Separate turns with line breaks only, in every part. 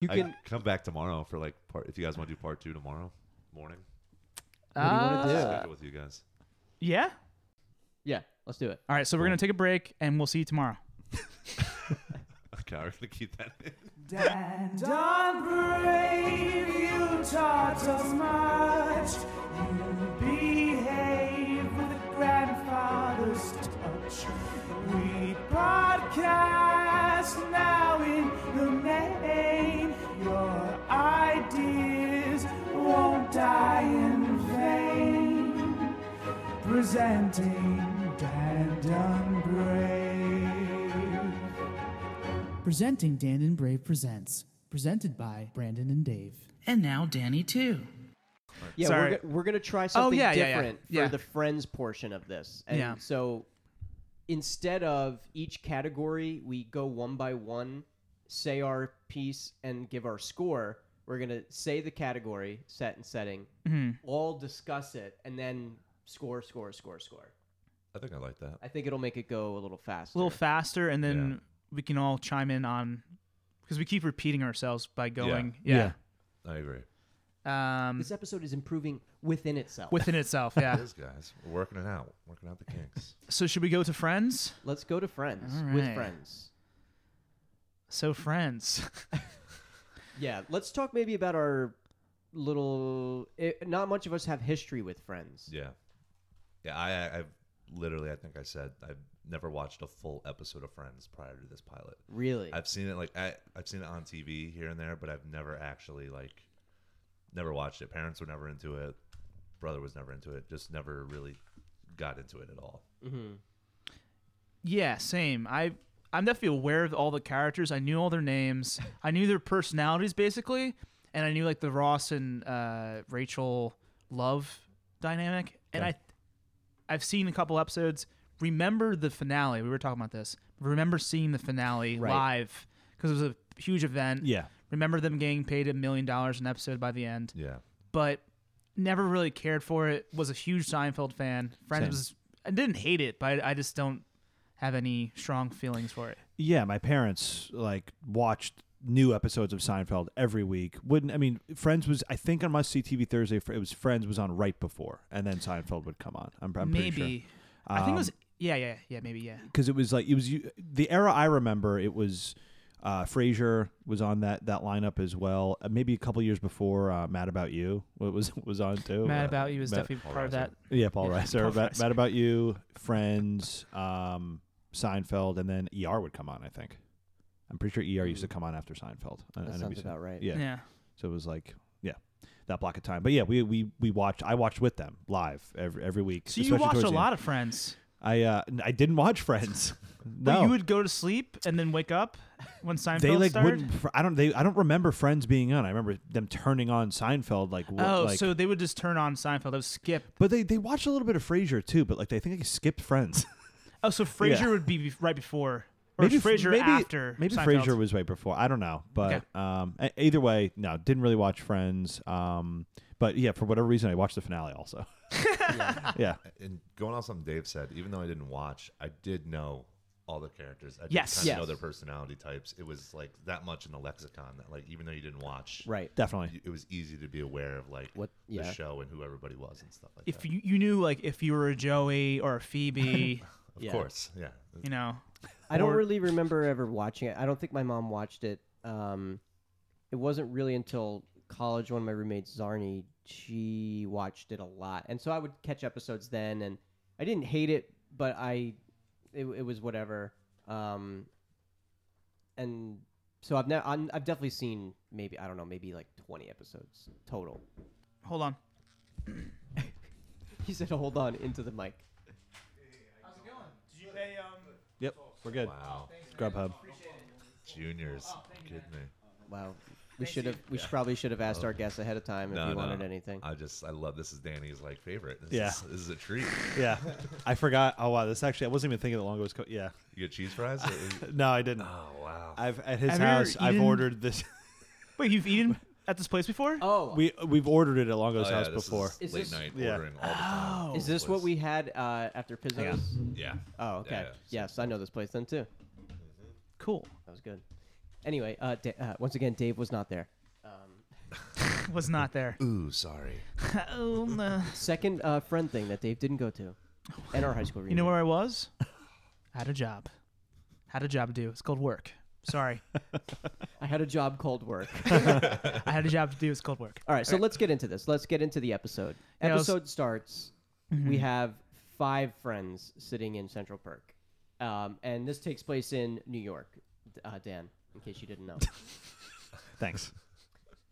You
I
can.
come back tomorrow for like part. If you guys want to do part two tomorrow morning,
What do you wanna
uh,
do?
I'll
Yeah.
go with you guys.
Yeah.
Yeah, let's do it.
All right. So we're gonna take a break, and we'll see you tomorrow.
Okay, we're gonna keep that. in.
And brave, you taught us much. You behave with a grandfather's touch. We podcast now in the main. Your ideas won't die in vain. Presenting Dan Dunbrave.
Presenting Dan and Brave Presents, presented by Brandon and Dave.
And now Danny too.
Yeah,
Sorry.
we're, go- we're gonna try something
Oh, yeah, yeah, yeah.
different
Yeah.
for the friends portion of this. And
Yeah.
So instead of each category, we go one by one, say our piece, and give our score. We're gonna say the category, set and setting,
Mm-hmm.
all discuss it, and then score, score, score, score.
I think I like that.
I think it'll make it go a little faster.
A little faster, and then
Yeah.
we can all chime in on because we keep repeating ourselves by going. Yeah.
I agree.
Um,
this episode is improving within itself.
within itself. Yeah.
Those guys we're working it out, working out the kinks.
so should we go to friends?
Let's go to friends
All
with
right.
friends.
So friends.
Yeah, let's talk maybe about our little. It, not much of us have history with Friends.
yeah, yeah. I, I I've literally, I think I said I've never watched a full episode of Friends prior to this pilot.
Really?
I've seen it like I, I've seen it on TV here and there, but I've never actually like never watched it. Parents were never into it. Brother was never into it. Just never really got into it at all.
yeah. Same. I. I'm definitely aware of all the characters. I knew all their names. I knew their personalities basically, and I knew like the Ross and uh, Rachel love dynamic. And I, I've seen a couple episodes. Remember the finale? We were talking about this. Remember seeing the finale
Right.
live because it was a huge event.
Yeah.
Remember them getting paid a million dollars an episode by the end.
Yeah,
but never really cared for it. Was a huge Seinfeld fan. Friends
Same.
was I didn't hate it, but I, I just don't have any strong feelings for it.
Yeah, my parents like watched new episodes of Seinfeld every week. Wouldn't I mean Friends was I think on must see TV Thursday. It was Friends was on right before, and then Seinfeld would come on. I'm, I'm pretty
maybe
sure Um,
I think it was yeah yeah yeah maybe yeah
because it was like it was you- the era I remember. It was uh, Frasier was on that that lineup as well. Uh, maybe a couple years before uh, Mad About You wa- was was on too.
Mad
Uh,
About You is
Mad-
definitely part of that.
Yeah, Paul
Yeah,
Reiser.
Paul
Mad,
Reiser.
Mad About You, Friends, um, Seinfeld, and then ER would come on. I think. I'm pretty sure ER used to come on after Seinfeld. on
That
NBC.
sounds about right.
Yeah.
Hmm. Yeah.
So it was like yeah, that block of time. But yeah, we we we watched. I watched with them live every every week.
So you watched a lot of Friends.
I uh, n- I didn't watch Friends. no.
But you would go to sleep and then wake up when Seinfeld
they like
started.
wouldn't. fr- I don't. They. I don't remember Friends being on. I remember them turning on Seinfeld. Like wh-
oh,
like,
so they would just turn on Seinfeld. They would skip.
But they they watched a little bit of Frasier too. But like they think they skipped Friends.
Oh, so Frasier
Yeah.
would be right before, or Frasier after.
Maybe
Seinfeld.
Frasier was right before. I don't know, but
Okay.
um, e- either way, no, didn't really watch Friends. Um, but yeah, for whatever reason, I watched the finale also. yeah.
and going off something Dave said, even though I didn't watch, I did know all the characters. I did
Yes.
kind of
Yes.
know their personality types. It was like that much in the lexicon that like even though you didn't watch,
Right.
definitely.
y- It was easy to be aware of like
What- yeah.
the show and who everybody was and stuff like
If
that.
you, you knew like if you were a Joey or a Phoebe,
Of
Yeah.
course, yeah.
you know,
I don't
Or-
really remember ever watching it. I don't think my mom watched it. Um, it wasn't really until college. One of my roommates, Zarni, she watched it a lot, and so I would catch episodes then. And I didn't hate it, but I, it, it was whatever. Um, and so I've now I'm, I've definitely seen maybe I don't know maybe like twenty episodes total.
hold on.
He said, "Hold on into the mic."
Yep. We're good.
Wow,
Grubhub.
juniors, kid me.
Wow, we should have we should probably should have asked our guests ahead of time if we wanted anything.
I just I love this is Danny's like favorite. This
Yeah.
is, this is a treat.
Yeah. I forgot. Oh wow, this actually I wasn't even thinking that long ago. It was co- yeah.
You get cheese fries? Or-
No, I didn't.
oh wow.
I've at his
Have you ever
house. I've
eaten-
ordered this.
Wait, you've eaten at this place before?
oh,
we we've ordered it at Longo's
Oh, yeah,
house
this
before.
is
Is
late
this-
night
Yeah.
ordering all the
Oh.
time.
Is this what we had uh, after Pizzo's?
Oh, Yeah. Mm-hmm.
Oh, okay.
Yeah, yeah.
Yes, I know this place then too.
cool.
That was good. Anyway, uh, da- uh, once again, Dave was not there. Um,
was not there.
Ooh, sorry.
oh, no.
second uh, friend thing that Dave didn't go to, and our high school
You
reunion.
know where I was? Had a job. Had a job to do. It's called work. Sorry.
I had a job called work.
I had a job to do. It's called work.
All right, so let's get into this. Let's get into the episode.
Yeah, I was-
episode starts. We have five friends sitting in Central Park, um, and this takes place in New York. D- Uh, Dan, in case you didn't know,
Thanks.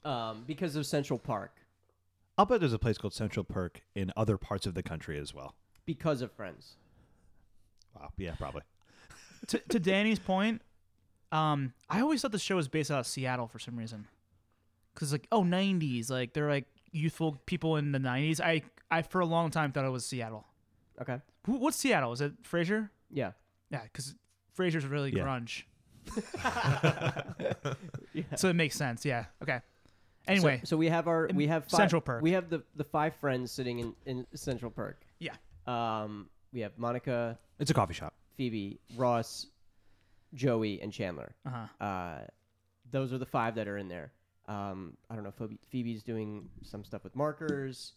um, because of Central Park,
I'll bet there's a place called Central Perk in other parts of the country as well.
because of Friends.
Wow. Yeah, probably.
to, to Danny's point, um, I always thought the show was based out of Seattle for some reason. Cause like oh 90s, like they're like youthful people in the 90s. I I for a long time thought it was Seattle.
Okay.
Who, what's Seattle? Is it Frasier?
Yeah.
Yeah, because Frasier's really
Yeah.
grunge. So it makes sense. Yeah. Okay. Anyway,
So, so we have our we have five,
Central Perk.
We have the the five friends sitting in in Central Park.
yeah.
Um, we have Monica,
It's a coffee shop.
Phoebe, Ross, Joey, and Chandler.
Uh-huh.
Uh, those are the five that are in there. Um, I don't know. Phoebe, Phoebe's doing some stuff with markers,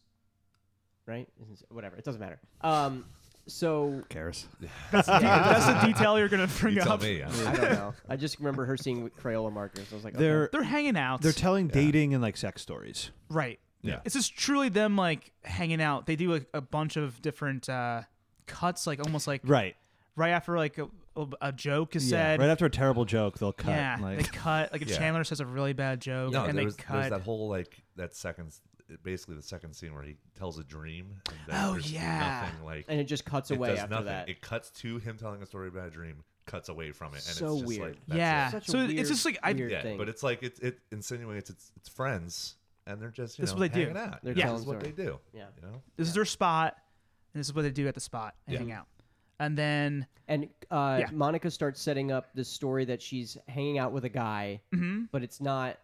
right? Isn't s- Whatever. It doesn't matter. Um, so
Cares.
That's the detail you're gonna bring
You tell
up.
me. I'm-
I don't know. I just remember her seeing with Crayola markers. I was like, okay.
They're
They're hanging out.
they're telling dating and like sex stories.
right.
Yeah.
It's just truly them like hanging out. They do like a bunch of different uh cuts, like almost like
Right.
right after like a, a, a joke is said.
right after a terrible joke, they'll cut.
yeah,
like,
they cut. Like if
Yeah.
Chandler says a really bad joke,
No,
and they
there was, there was
cut.
that whole like that second, s- basically the second scene where he tells a dream. And then
Oh,
there's
yeah.
nothing like
and it just cuts away
does
after
nothing.
that.
It cuts to him telling a story about a dream, cuts away from it, and
So
it's just
weird.
like that's
yeah,
it.
Such a
so
weird-
it's just like I.
weird-
yeah.
thing.
But it's like it it insinuates it's it's friends, and they're just you
This is
know
what they do.
hanging out.
They're
This
telling
is what
story.
they do.
Yeah.
you know.
This is their spot, and this is what they do at the spot. They
Yeah.
hang out, and then
And uh,
Yeah.
Monica starts setting up this story that she's hanging out with a guy,
Mm-hmm.
but it's not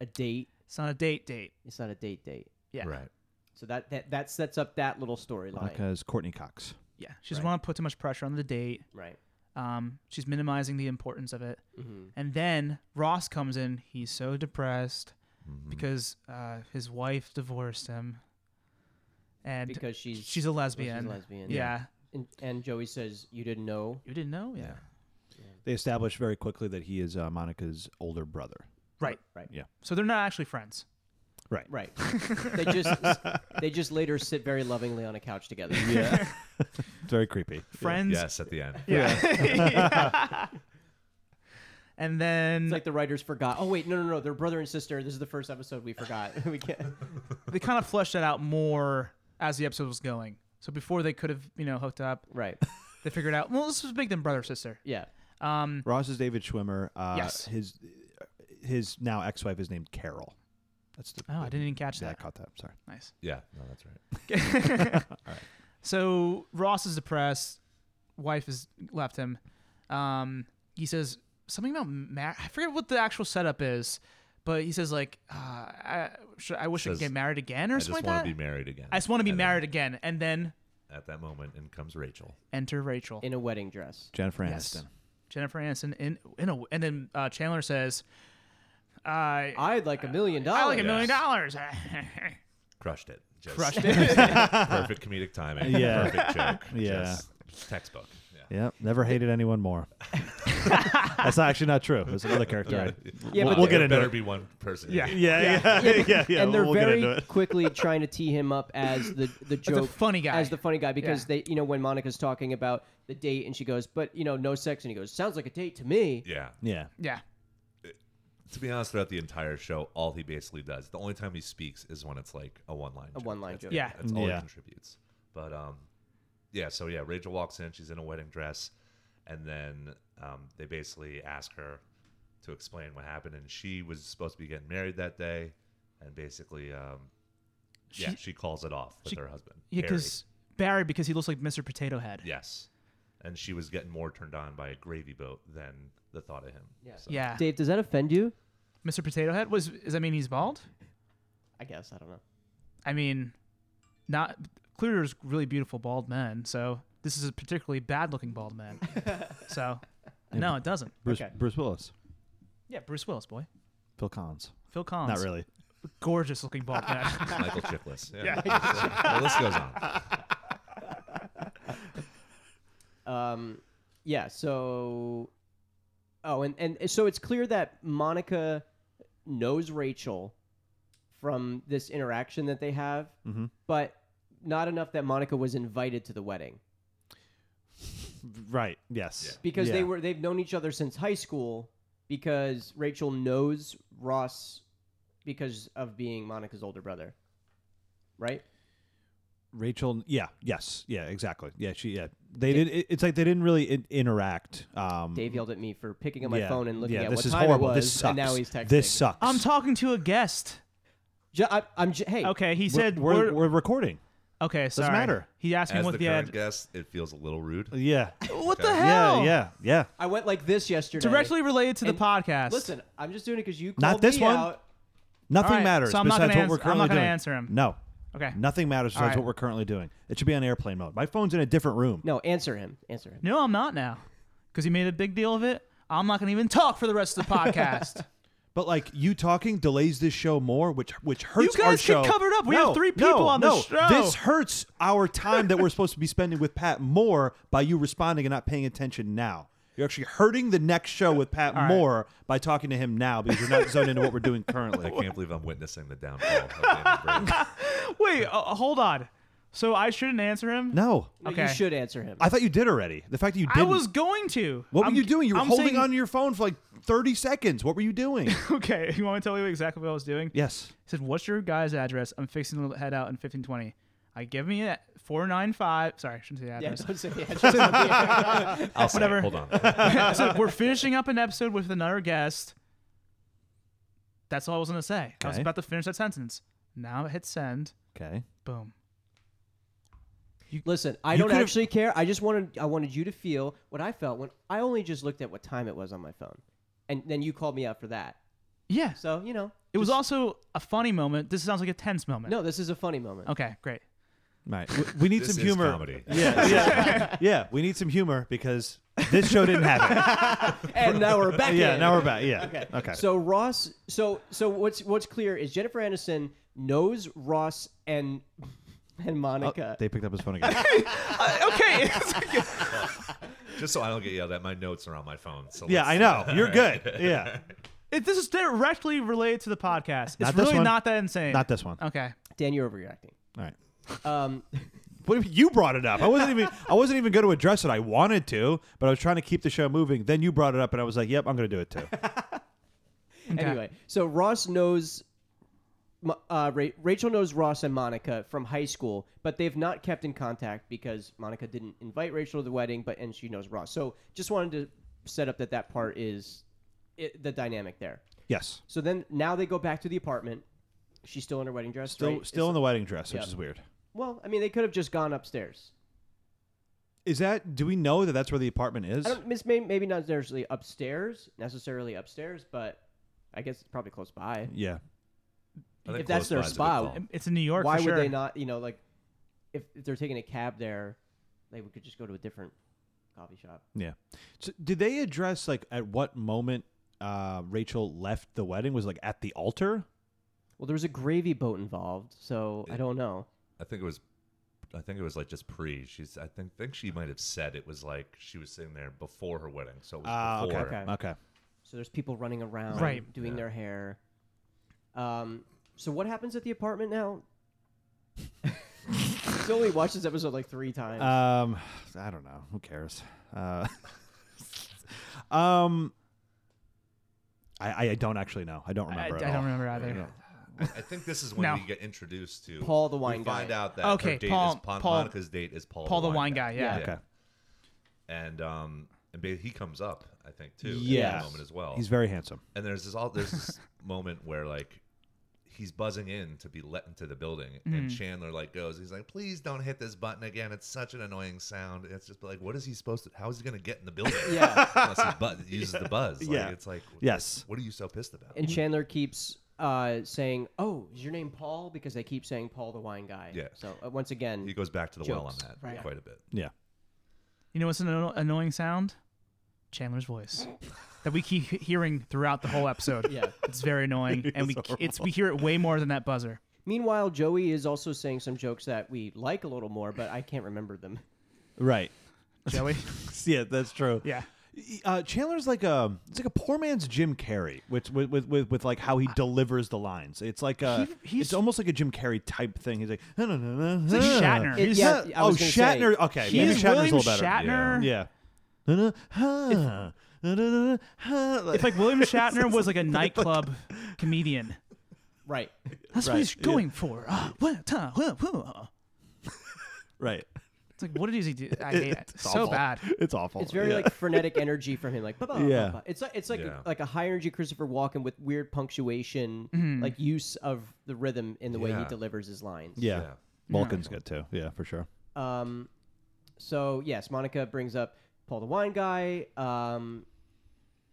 a date.
it's not a date date.
It's not a date date.
Yeah,
Right.
So that that, that sets up that little storyline,
because Courtney Cox.
yeah. She doesn't want to put too much pressure on the date.
right? Mm-hmm.
Um, she's minimizing the importance of it. And then Ross comes in. He's so depressed because uh, his wife divorced him, and
Because she's
she's a lesbian.
lesbian,
Yeah.
and, and Joey says, "You didn't know."
You didn't know? yeah.
They establish very quickly that he is uh, Monica's older brother.
Right.
Right.
Yeah.
So they're not actually friends.
Right. they just they just later sit very lovingly on a couch together.
Yeah. it's very creepy.
Friends.
Yes, at the end.
And
It's
then
like the writers forgot. Oh wait, no, no, no. They're brother and sister. This is the first episode we forgot. we can't.
they kind of fleshed that out more as the episode was going. So before they could have, you know, hooked up,
Right.
they figured out, well, let's just make them brother sister.
Yeah.
Um,
Ross is David Schwimmer. Uh,
Yes.
His his now ex wife is named Carol. That's the.
oh, I didn't even catch
Yeah, I
that.
caught that. Sorry.
Nice.
Yeah, no, that's right.
So Ross is depressed. Wife has left him. Um, he says something about ma- I forget what the actual setup is, but he says like, uh, I, should, I wish I could
Says,
get married again or
I just
something like
want
that.
to be married again.
I just want to be
And then
married again. And then
At that moment, in comes Rachel.
enter Rachel.
In a wedding dress.
Jennifer
Yes.
Aniston.
Jennifer Aniston in in a and then uh, Chandler says, "I
I'd like a million dollars.
I like a million
yes.
dollars."
Crushed it. Just
Crushed it.
Perfect comedic timing.
Yeah.
Perfect joke.
Yeah.
Just textbook. Yeah.
Yep. Never hated anyone more. That's actually not true. It's another character.
Yeah.
I-
Yeah,
we'll,
but
we'll
There
get into
better
it.
be one person.
Yeah.
yeah, yeah, yeah, yeah,
and they're
we'll get into
very
it.
quickly trying to tee him up as the the joke
funny guy.
as the funny guy because
Yeah.
they you know when Monica's talking about the date and she goes but you know no sex and he goes sounds like a date to me
Yeah.
Yeah.
yeah,
To be honest, throughout the entire show, all he basically does, the only time he speaks is when it's like a one line
a one line joke
yeah.
That's all
Yeah.
he contributes. But um, yeah. So yeah, Rachel walks in. She's in a wedding dress, and then um, they basically ask her to explain what happened. And she was supposed to be getting married that day, and basically, um, yeah,
She-
she, calls it off with
she-
her husband.
Yeah,
Harry.
because Barry because he looks like Mr. Potato Head.
yes, and she was getting more turned on by a gravy boat than the thought of him. Yeah. So,
Yeah.
Dave does that offend you
Mr. Potato Head was does that mean he's bald?
I guess I don't know
I mean, not clear there's really beautiful bald men, so this is a particularly bad looking bald man. so no, it doesn't.
Bruce,
Okay.
Bruce Willis.
Yeah, Bruce Willis, boy.
Phil Collins.
Phil Collins.
Not really.
Gorgeous looking bald man.
Michael Chiklis. Yeah. the list goes on.
Um, yeah. So, oh, and and so it's clear that Monica knows Rachel from this interaction that they have,
Mhm.
but not enough that Monica was invited to the wedding
Right. Yes.
because they
Yeah.
were they've known each other since high school because Rachel knows Ross because of being Monica's older brother, right?
Rachel. Yeah. Yes. Yeah. Exactly. Yeah. She. Yeah. They did. It, it's like they didn't really in, interact. Um,
Dave yelled at me for picking up my
yeah.
phone and looking
yeah,
at
this
what
is
time
horrible.
it was,
This sucks.
and now he's texting.
This sucks.
I'm talking to a guest.
Ju- I, am j- hey,
Okay, he
We're-
said
we're,
we're,
we're, recording.
okay. Sorry.
matter.
He asked me
As
what
the
the ad.
current guest, it feels a little rude.
Yeah.
What the
Okay.
hell?
Yeah. Yeah. Yeah.
I went like this yesterday.
Directly related to
And
the podcast.
Listen, I'm just doing it because you called
Not this
me
one.
out.
Nothing
All right,
matters
so I'm not
besides
gonna
what we're
ans- I'm
currently
not gonna
doing.
answer him.
No.
Okay.
Nothing matters
All
besides
right.
what we're currently doing. It should be on airplane mode. My phone's in a different room.
No, answer him. Answer him.
No, I'm not now, because he made a big deal of it. I'm not going to even talk for the rest of the podcast.
But like you talking delays this show more, which which hurts
guys
our
get
show.
covered up. We have three people
no,
on
no.
this show.
This hurts our time that we're supposed to be spending with Pat Moore by you responding and not paying attention now. You're actually hurting the next show with Pat
right.
Moore by talking to him now because you're not zoned into what we're doing
I
currently.
can't believe I'm witnessing the downfall of David Brady.
Wait, uh, hold on. So I shouldn't answer him.
No,
No,
Okay.
You should answer him.
I thought you did already. The fact that you
I
didn't.
was going to.
what were
I'm-
you doing? You were
I'm
holding
saying-
on to your phone for like 30 seconds. What were you doing?
Okay, you want me to tell you exactly what I was doing?
yes.
He said, "What's your guy's address? I'm fixing to head out in 1520." I give me it. Four nine five. Sorry, I shouldn't say the
yeah,
address.
don't say yeah.
I'll say,
Whatever.
Hold on.
I said, we're finishing up an episode with another guest. That's all I was gonna say. I was
Okay.
about to finish that sentence. Now hit send.
Okay.
Boom.
Listen, I
You
don't
could've-
actually care. I just wanted I wanted you to feel what I felt when I only just looked at what time it was on my phone, and then you called me out for that.
Yeah.
So you know,
It was
just-
also a funny moment. This sounds like a tense moment.
No, this is a funny moment.
Okay, great.
Right. We, we need
This
some
is
humor.
comedy.
Yeah, yeah, yeah. We need some humor because this show didn't have
And now we're back.
it. Yeah,
in.
now we're back. Yeah. Okay.
So Ross, so so what's what's clear is Jennifer Aniston knows Ross and
Oh,
and Monica.
they picked up his phone again.
Okay.
Just so I don't get yelled at, my notes are on my phone. So
yeah,
let's-
I know. You're good. Yeah.
It, this is directly related to the podcast. It's
Not this
really
one.
not that insane.
Not this one.
Um,
All
Okay.
Dan, you're overreacting.
right.
Um,
What if you brought it up? I wasn't even I wasn't even going to address it. I wanted to, but I was trying to keep the show moving. Then you brought it up and I was like, "Yep, I'm going to do it too."
Okay.
Anyway, so Ross knows. Mo- Uh, Ra- Rachel knows Ross and Monica from high school, but they've not kept in contact because Monica didn't invite Rachel to the wedding, but and she knows Ross. So just wanted to set up that that part is it, the dynamic there.
Yes.
So then now they go back to the apartment. She's still in her wedding dress.
Still
right?
still in
It's-
the wedding dress,
Yeah.
which is weird.
well, I mean, they could have just gone upstairs.
Is that do we know that that's where the apartment is?
I don't, miss may, maybe not necessarily upstairs, necessarily upstairs, but I guess it's probably close by.
Yeah.
I think
If that's
close
their
by is a good
spot,
call.
It's in New York.
Why
for
would
sure.
they not? You know, like if, if they're taking a cab there, they could just go to a different coffee shop.
Yeah. So did they address like at what moment uh, Rachel left the wedding? Was it, like at the altar?
Well, there was a gravy boat involved, so I don't know.
I think it was, I think it was like just pre. She's, I think, think she might have said it was like she was sitting there before her wedding, so it was
Ah, okay.
before.
okay. Okay.
So there's people running around,
Right.
doing their hair. Um, so what happens at the apartment now? Still, only watched this episode like three times.
Uh,
Um, I don't know. Who cares? Uh, um, I I don't actually know. I don't
I,
remember.
I
at all.
don't remember either.
I think this is when
No.
we get introduced to
Paul the
we
wine
Find
guy.
out that
Okay,
her date
Paul-
is Pon-
Paul-
Monica's date is Paul,
Paul the wine guy, yeah.
Okay.
and um, and ba- he comes up, I think, too, at
Yes.
that moment as well.
He's very handsome.
and there's this all there's this moment where like he's buzzing in to be let into the building,
Mm-hmm.
and Chandler like goes, he's like, "Please don't hit this button again. It's such an annoying sound." It's just like, what is he supposed to? How is he gonna get in the building?
Yeah.
unless he bu- uses the buzz. Like,
Yeah.
it's like,
Yes.
what are you so pissed about?
And Chandler keeps uh, saying, "Oh, is your name Paul?" Because they keep saying Paul the wine guy.
Yeah.
So uh, once again,
he goes back to the well on
Jokes.
that
Right.
quite a bit.
Yeah.
You know what's an anno- annoying sound? Chandler's voice that we keep hearing throughout the whole episode.
Yeah.
it's very annoying, and we it's we hear it way more than that buzzer.
Meanwhile, Joey is also saying some jokes that we like a little more, but I can't remember them.
Right.
Joey,
yeah, that's true.
yeah,
Uh, Chandler's like a it's like a poor man's Jim Carrey with with with, with, with like how he delivers the lines. It's like a
He- he's-
it's almost like a Jim Carrey type thing. He's like, no, no, no, no.
like Shatner. He's-
yeah, I
oh,
was gonna say,
Shatner. okay, maybe
he's
Shatner's
William
a little better.
Shatner.
Yeah. No, no, huh, no, no, no, no, huh.
If like William Shatner was like a nightclub comedian,
Right.
that's what
Right,
he's
yeah.
going for. Ah, what, ta, wha- wha.
right.
It's like what does he do? I hate it
It's
so
awful.
bad.
It's awful.
It's very
yeah.
like frenetic energy from him, like ba-ba,
Yeah.
ba-ba. It's like it's like
Yeah.
a, like a high energy Christopher Walken with weird punctuation, like use of the rhythm in the way he
Yeah.
delivers his lines.
yeah.
Yeah.
Vulcan's good too. Yeah, for sure.
Um, so yes, Monica brings up Paul the wine guy. Um,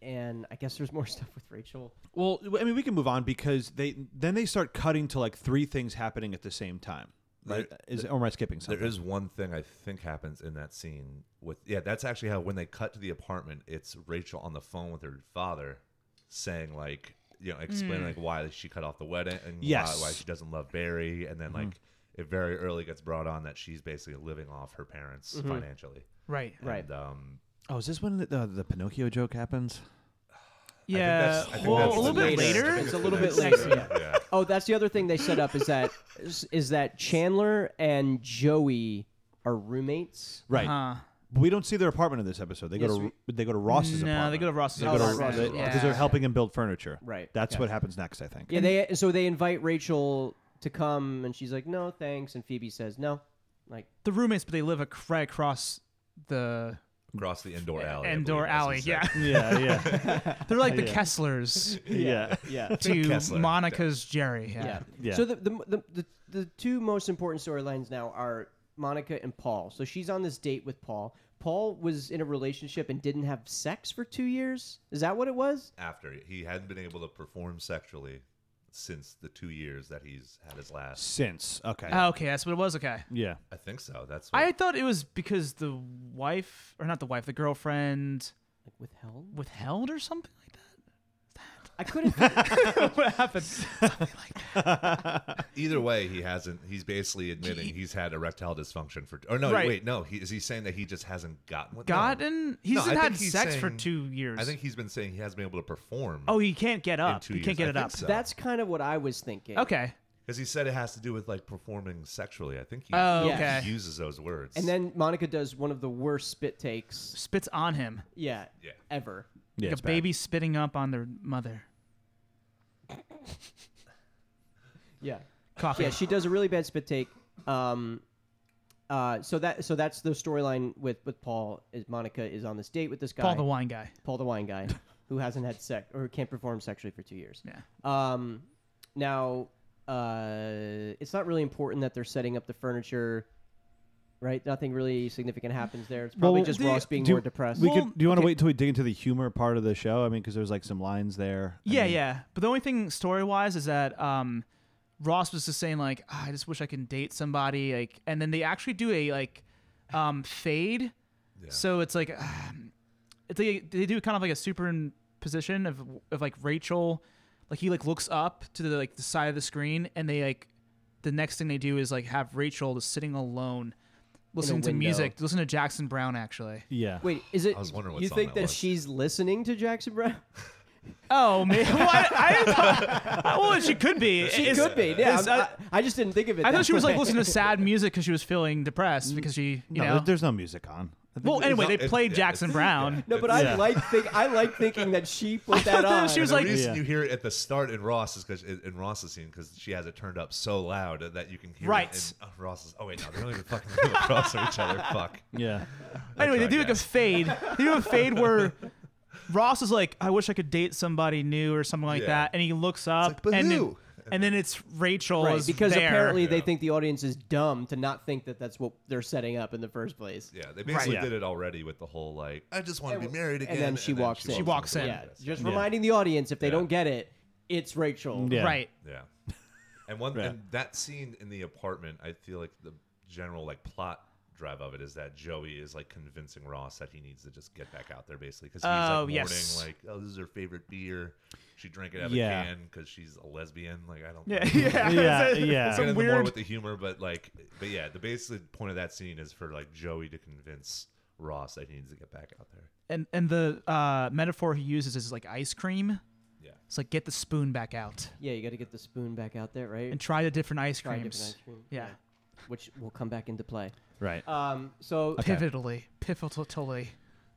and I guess there's more stuff with Rachel.
Well, I mean, we can move on because they then they start cutting to like three things happening at the same time. Right?
There-
Is or am I skipping something?
There is one thing I think happens in that scene with yeah, that's actually how when they cut to the apartment, it's Rachel on the phone with her father saying like you know, explaining
Hmm.
like why she cut off the wedding and
Yes.
why, why she doesn't love Barry and then like
Mm-hmm.
it very early gets brought on that she's basically living off her parents financially.
Mm-hmm. Right.
Right.
And, um
Oh, is this when the, the, the Pinocchio joke happens?
Yeah.
I think that's, I think
well,
that's
a little
the
bit
next-
later.
I think
It's
it's
a
the
little bit
next
later.
scene. yeah.
Oh, that's the other thing they set up is that is, is that Chandler and Joey are roommates.
Right.
Huh.
But we don't see their apartment in this episode. They go
Yes,
to they go to Ross's
No, they
apartment.
go to Ross's
They
apartment.
go to-
Oh,
they-
Ross's,
because
yeah.
they're helping him build furniture.
Right,
That's
okay.
what happens next, I think.
Yeah, they so they invite Rachel to come, and she's like, "No, thanks." And Phoebe says, "No." Like,
The roommates, but they live ac- right across the
Across the indoor alley. I
indoor
believe, as
alley.
he said.
Yeah.
Yeah, yeah,
They're
Oh,
like the
Yeah.
Kesslers
yeah.
yeah,
to
Kessler.
Monica's Jerry. Yeah.
yeah.
Yeah.
So the the, the the the two most important storylines now are Monica and Paul. So she's on this date with Paul. Paul was in a relationship and didn't have sex for two years. Is that what it was?
After he hadn't been able to perform sexually since the two years that he's had his last
Since okay,
Oh, okay, that's what it was. Okay.
yeah,
I think so. That's what
I thought it was because the wife, or not the wife, the girlfriend
Like withheld?
withheld or something like that.
I couldn't.
what happened?
Either way, he hasn't. He's basically admitting he's had erectile dysfunction for. Or no,
Right.
wait, no. He, is he saying that he just hasn't gotten what? no.
Gotten? He
No,
hasn't
I
had
think he's
sex for
saying-
two years.
I think he's been saying he hasn't been able to perform.
oh, he can't get up.
two
He can't get
years.
it
I
up.
think so.
that's kind of what I was thinking.
Okay.
because he said it has to do with like performing sexually. I think he,
Oh,
Yes.
okay.
he uses those words.
And then Monica does one of the worst spit takes.
Spits on him.
Yeah.
Yeah.
Ever.
yeah.
like
it's
a
bad.
baby spitting up on their mother.
Yeah.
Coffee.
Yeah, she does a really bad spit take. Um, uh, so that so that's the storyline with with Paul is Monica is on this date with this guy
Paul the wine guy.
Paul the wine guy who hasn't had sex or who can't perform sexually for two years.
Yeah.
Um, now uh, it's not really important that they're setting up the furniture, right? Nothing really significant happens there. It's probably
Well,
just
the-
Ross being
Do-
more depressed.
We
Well,
could, do you want to
okay.
wait until we dig into the humor part of the show? I mean, because there's like some lines there. I
Yeah,
mean-
yeah. But the only thing story wise is that um, Ross was just saying like, "Ah, I just wish I could date somebody, like, and then they actually do a like um, fade. So it's like um, it's like, they do kind of like a superimposition of of like Rachel, like he like looks up to the like the side of the screen, and they like the next thing they do is like have Rachel just sitting alone. Listening to
window.
music, listen to Jackson Brown actually.
yeah.
Wait, is it?
I was wondering what
you
song
think
that
that
was.
she's listening to Jackson Brown?
Oh man, well, I, I thought, well, she could be. She
Could be. Yeah,
is- uh,
I'm- I, I just didn't think of it.
I
that
thought she was like
way.
listening to sad music because she was feeling depressed because she, you
no,
know.
there's no music on. I think
Well,
that-
anyway,
not-
they
it-
played
yeah,
Jackson
it's-
Brown.
No, but I
Yeah.
like think I like thinking that she put that
thought
on.
that she was
the
like-
reason
Yeah.
you hear it at the start in Ross is because in Ross's scene because she has it turned up so loud that you can hear
Right.
It in, uh, Ross's. Oh wait, no, they're not even fucking living across from each other. Fuck.
Yeah.
Anyway, they
right,
do like a
guys.
fade. They do a fade where Ross is like, "I wish I could date somebody new" or something like
Yeah.
that, and he looks up
"But
and
who?"
Then, and then it's Rachel
Right,
is
because
there.
apparently they think the audience is dumb to not think that that's what they're setting up in the first place.
Yeah, they basically
Yeah.
did it already with the whole like, I just want to be married again.
And then she walks in.
She walks in.
Yeah,
Yes.
just reminding the audience if they
Yeah.
don't get it, it's Rachel.
Yeah.
right.
Yeah. And one
Yeah.
and that scene in the apartment, I feel like the general like plot drive of it is that Joey is like convincing Ross that he needs to just get back out there basically because he's
Oh,
like warning
yes.
like oh this is her favorite beer she drank it out of
Yeah.
a can because she's a lesbian like I don't
Yeah,
know.
yeah,
Yeah,
It's a-
yeah.
it's a
Get into more
weird-
with the humor, but like, but yeah, the basic point of that scene is for like Joey to convince Ross that he needs to get back out there.
and and the uh, metaphor he uses is like ice cream.
Yeah.
It's like get the spoon back out
Yeah, you got to get the spoon back out there, right?
and try the different ice
Try a
creams.
different ice cream.
Yeah.
which will come back into play.
Right.
Um, so
Okay.
Pivotally, pivotally.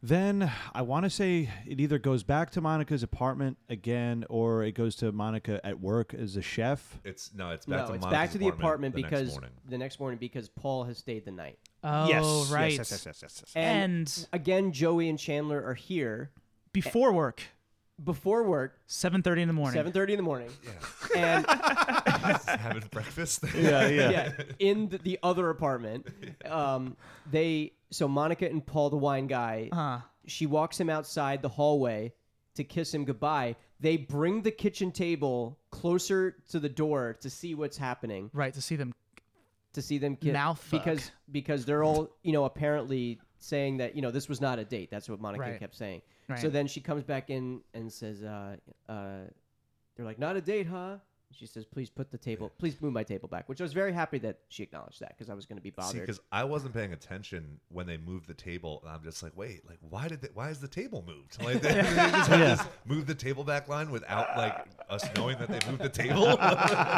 Then I want to say it either goes back to Monica's apartment again or it goes to Monica at work as a chef.
It's no, it's back
no,
to
it's
Monica's
back to the apartment,
the
because
next morning.
the next morning because Paul has stayed the night.
Oh, right.
Yes, yes, yes, yes, yes.
And
again, Joey and Chandler are here
before work,
before work,
seven thirty in the morning.
seven thirty in the morning,
Yeah,
and
Just having breakfast.
Yeah, Uh, yeah.
yeah, in the, the other apartment, um, they so Monica and Paul, the wine guy,
Uh,
she walks him outside the hallway to kiss him goodbye. They bring the kitchen table closer to the door to see what's happening,
right to see them.
to see them kiss
Now fuck.
because because they're all you know apparently saying that you know this was not a date. That's what Monica
Right.
kept saying.
Right.
So then she comes back in and says, uh, uh, "They're like not a date, huh?" She says, "Please put the table. Please move my table back." Which I was very happy that she acknowledged that because I was going to be
See,
bothered.
because I wasn't paying attention when they moved the table, and I'm just like, wait, like why did they, why is the table moved? Like they, they just had this move the table back line without like us knowing that they moved the table. so I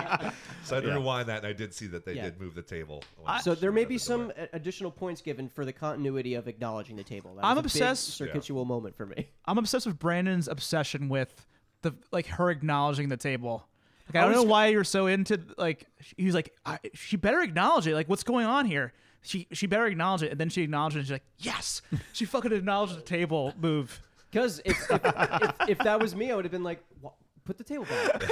had to rewind that, and I did see that they
Yeah.
did move the table.
so there may be some a- additional points given for the continuity of acknowledging the table. That
I'm
was a big
obsessed-
Yeah.
circuitual moment for me.
I'm obsessed with Brandon's obsession with the like her acknowledging the table. Like I, don't
was-
know why you're so into like he was like I, she better acknowledge it. Like what's going on here? She she better acknowledge it, and then she acknowledges it. And she's like yes, she fucking acknowledged the table move.
Because if, if, if if that was me, I would have been like, "Wha- "Put the table back."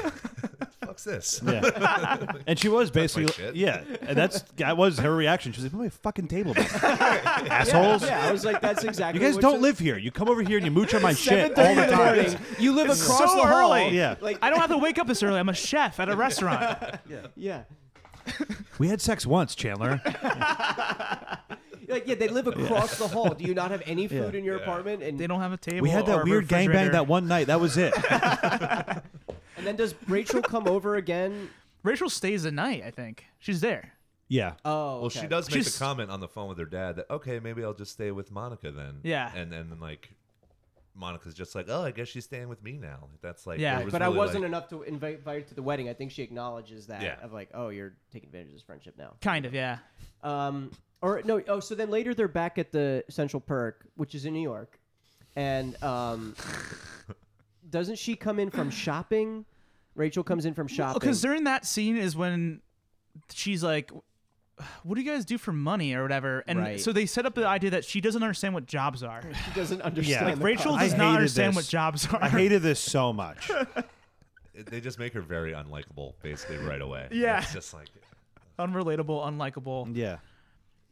Fuck's this?
Yeah. and she was basically
shit.
yeah, and that's that was her reaction. She was like, "Put my fucking table back, assholes!
yeah, I was like, "That's exactly."
You guys
what
don't live here. You come over here and you mooch on my shit
7:30
all the
in the
time."
morning. You live
It's
across
so
the hall.
early.
Yeah.
Like,
I don't have to wake up this early. I'm a chef at a restaurant.
yeah.
We had sex once, Chandler.
Like, yeah, they live across the hall. Do you not have any food
Yeah.
in your
Yeah.
apartment? And,
They don't have a table.
We had
or
that
a
weird gangbang
refrigerator.
that one night. That was it.
and then does Rachel come over again?
Rachel stays the night. I think she's there.
Yeah.
Oh,
Well,
okay.
she does make
She's-
the comment on the phone with her dad that okay, maybe I'll just stay with Monica then.
Yeah.
and and then like Monica's just like, oh, I guess she's staying with me now. That's like,
Yeah,
there was
But I
really,
wasn't
like-
enough to invite, invite her to the wedding. I think she acknowledges that
Yeah.
of like, oh, you're taking advantage of this friendship now.
Kind of, yeah.
Um, or no, oh, so then later they're back at the Central Perk, which is in New York, and um, doesn't she come in from shopping? Rachel comes in from shopping.
Because Oh, during that scene is when she's like, "What do you guys do for money or whatever?" And
Right.
so they set up the idea that she doesn't understand what jobs are.
she doesn't understand.
Like,
the
Rachel
I
does not
hated
understand
this.
what jobs are.
I hated this so much.
They just make her very unlikable basically right away.
Yeah.
it's just like
Unrelatable, unlikable.
Yeah.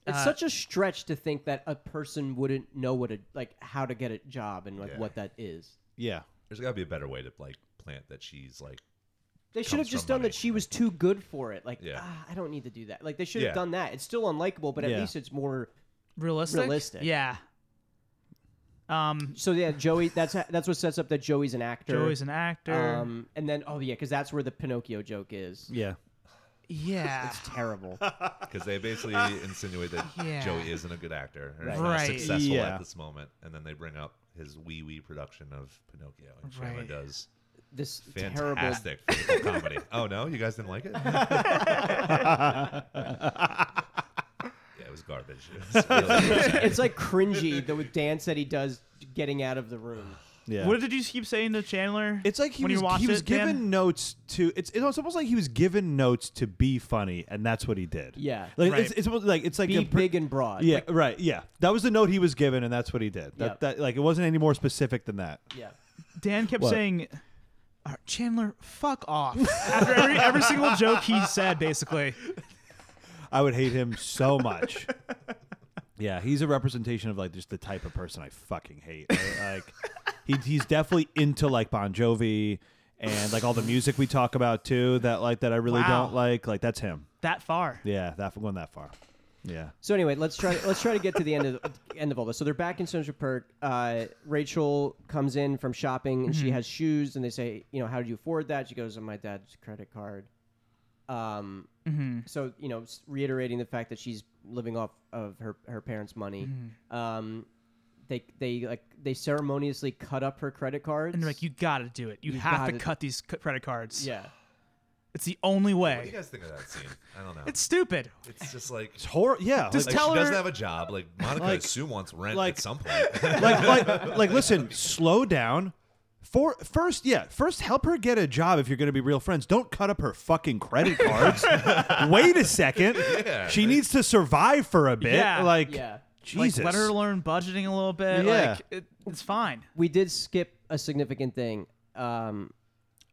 It's
Uh,
such a stretch to think that a person wouldn't know what a like how to get a job and like
Yeah.
what that is.
Yeah.
there's got to be a better way to like plant that she's like
They should have
Comes
just
from
done
money.
that. She was too good for it. Like,
Yeah.
ah, I don't need to do that. Like, they should have
Yeah.
done that. It's still unlikable, but at
Yeah.
least it's more.
Realistic.
Realistic.
Yeah. Um,
So yeah, Joey. That's that's what sets up that Joey's an actor.
Joey's an actor.
Um, and then oh yeah, because that's where the Pinocchio joke is.
Yeah.
yeah.
It's terrible.
because they basically insinuate that
Yeah.
Joey isn't a good actor or is
Right.
not successful
Yeah.
at this moment, and then they bring up his wee wee production of Pinocchio, and Chandler
Right.
does
This terrible.
fantastic physical comedy. Oh no, you guys didn't like it? yeah, it was garbage. It was really upsetting.
It's like cringy. The dance that he does getting out of the room.
Yeah.
What did you keep saying to Chandler?
It's like he
when
was
you watch
he was
it,
given
Dan?
notes to it's it's almost like he was given notes to be funny and that's what he did.
Yeah.
Like
Right.
it's it's almost like it's like
Be
a pr-
big and broad.
Yeah, right. Yeah. That was the note he was given and that's what he did. That,
Yep.
that like it wasn't any more specific than that.
Yeah.
Dan kept
What?
saying, "Uh, Chandler, fuck off. After every, every single joke he said, basically.
I would hate him so much. yeah, he's a representation of like just the type of person I fucking hate. I- like he, he's definitely into like Bon Jovi and like all the music we talk about too that like that I really
Wow.
don't like. Like that's him.
That far.
Yeah, that going that far. Yeah.
So anyway, let's try let's try to get to the end of end of all this. So they're back in Central Perk. Uh, Rachel comes in from shopping and
Mm-hmm.
she has shoes, and they say, you know, how did you afford that? She goes on my dad's credit card. Um,
Mm-hmm.
so you know, s- reiterating the fact that she's living off of her her parents' money.
Mm-hmm.
Um, they they like they ceremoniously cut up her credit cards.
And they're like, you got to do it. You,
You
have to
gotta-
cut these c- credit cards.
yeah.
It's the only
What do
way.
you guys think of that scene? I don't know.
It's stupid.
It's just like,
It's horrible. Yeah.
Just
like,
like
tell
she
her-
doesn't have a job. Like Monica
Like-
Sue wants rent
like-
at some point.
like, like, like, listen, slow down. For first, yeah, first help her get a job if you're going to be real friends. Don't cut up her fucking credit cards. Wait a second. She needs to survive for a bit.
Yeah.
Like,
Yeah.
Jesus.
Like, let her learn budgeting a little bit.
Yeah.
Like, it, it's fine.
We did skip a significant thing. Um,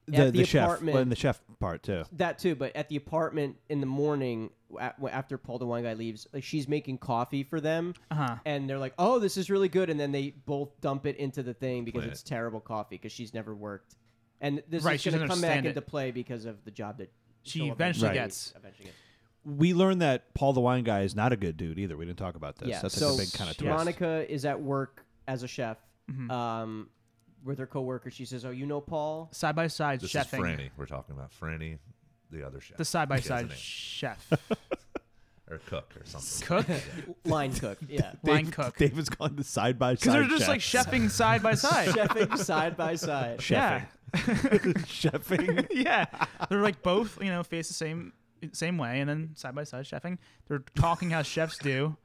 the,
at
the,
the
chef
apartment.
and the chef part too.
that too, but at the apartment in the morning a- w- after Paul the wine guy leaves, like she's making coffee for them,
Uh-huh.
and they're like, "Oh, this is really good," and then they both dump it into the thing because
Right.
it's terrible coffee because she's never worked, and this
Right,
is
she
going to come
doesn't
back
understand it.
into play because of the job that
She
she'll
eventually
Right.
gets.
Eventually gets.
We learned that Paul the wine guy is not a good dude either. We didn't talk about this.
Yeah,
That's
so
like a big kind of twist.
Monica is at work as a chef
Mm-hmm.
um, with her coworker. She says, "Oh, you know Paul."
Side by side
this is
chefing.
Franny. We're talking about Franny, the other chef.
The side by
She has a
side
name.
chef.
or cook or something.
Cook?
Line cook, yeah.
Line
David-
cook.
David's calling the side by side.
Because they're just like chefing side by side.
Chefing side by side.
Yeah.
chefing, chefing.
yeah. They're like both, you know, face the same same way and then side by side chefing. They're talking how chefs do.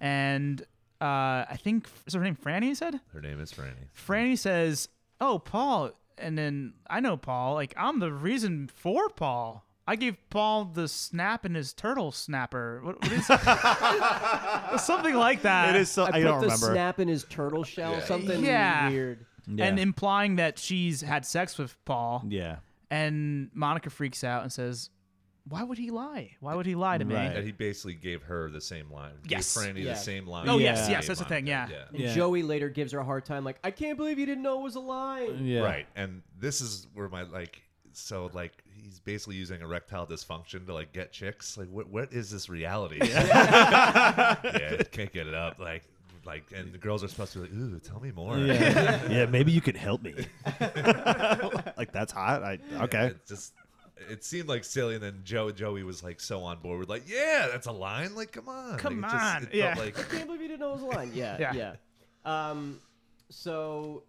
And uh, I think is her name Franny said?
Her name is Franny.
Franny says, "Oh, Paul." And then I know Paul. Like I'm the reason for Paul. I gave Paul the snap in his turtle snapper. What, what is something like that?
It is. So, I,
I, put
don't
the
remember.
snap in his turtle shell,
Yeah.
something
Yeah.
weird.
and
Yeah.
implying that she's had sex with Paul.
yeah.
And Monica freaks out and says, "Why would he lie? Why would he lie to me?"
Right.
And he basically gave her the same line. Gave
Yes.
Franny
Yeah.
the same line.
Oh,
he
yes,
gave
yes, that's the thing,
Monica.
yeah.
And
Yeah.
Joey later gives her a hard time, like, I can't believe you didn't know it was a line.
Yeah.
Right. And this is where my like so like he's basically using erectile dysfunction to like get chicks. Like what what is this reality? Yeah, can't get it up. Like like and the girls are supposed to be like, ooh, tell me more.
Yeah. yeah. Maybe you could help me. like that's hot. I okay.
It just it seemed like silly and then Joe Joey was like so on board with like, Yeah, that's a line. Like, come on.
Come
Like,
on.
It just, it felt
Yeah.
like
I can't believe you didn't know it was a line. Yeah,
Yeah.
yeah. Um, so,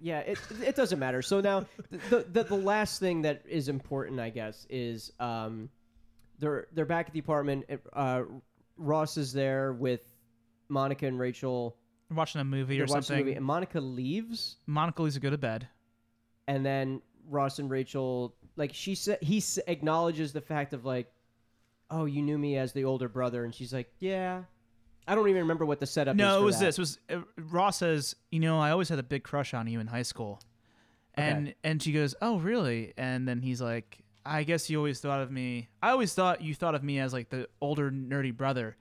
yeah, it, it doesn't matter. So now, the, the, the last thing that is important, I guess, is um, they're, they're back at the apartment. Uh, Ross is there with Monica and Rachel.
They're watching a movie
They're
or
watching a
something.
movie, and Monica leaves.
Monica leaves to go to bed.
and then Ross and Rachel, like she said, he s- acknowledges the fact of like, oh, you knew me as the older brother, and she's like, yeah, I don't even remember what the setup. is
No,
for
it was
that.
this. It was uh, Ross says, "You know, I always had a big crush on you in high school," and and she goes, "Oh, really?" And then he's like, "I guess you always thought of me. I always thought you thought of me as like the older nerdy brother,"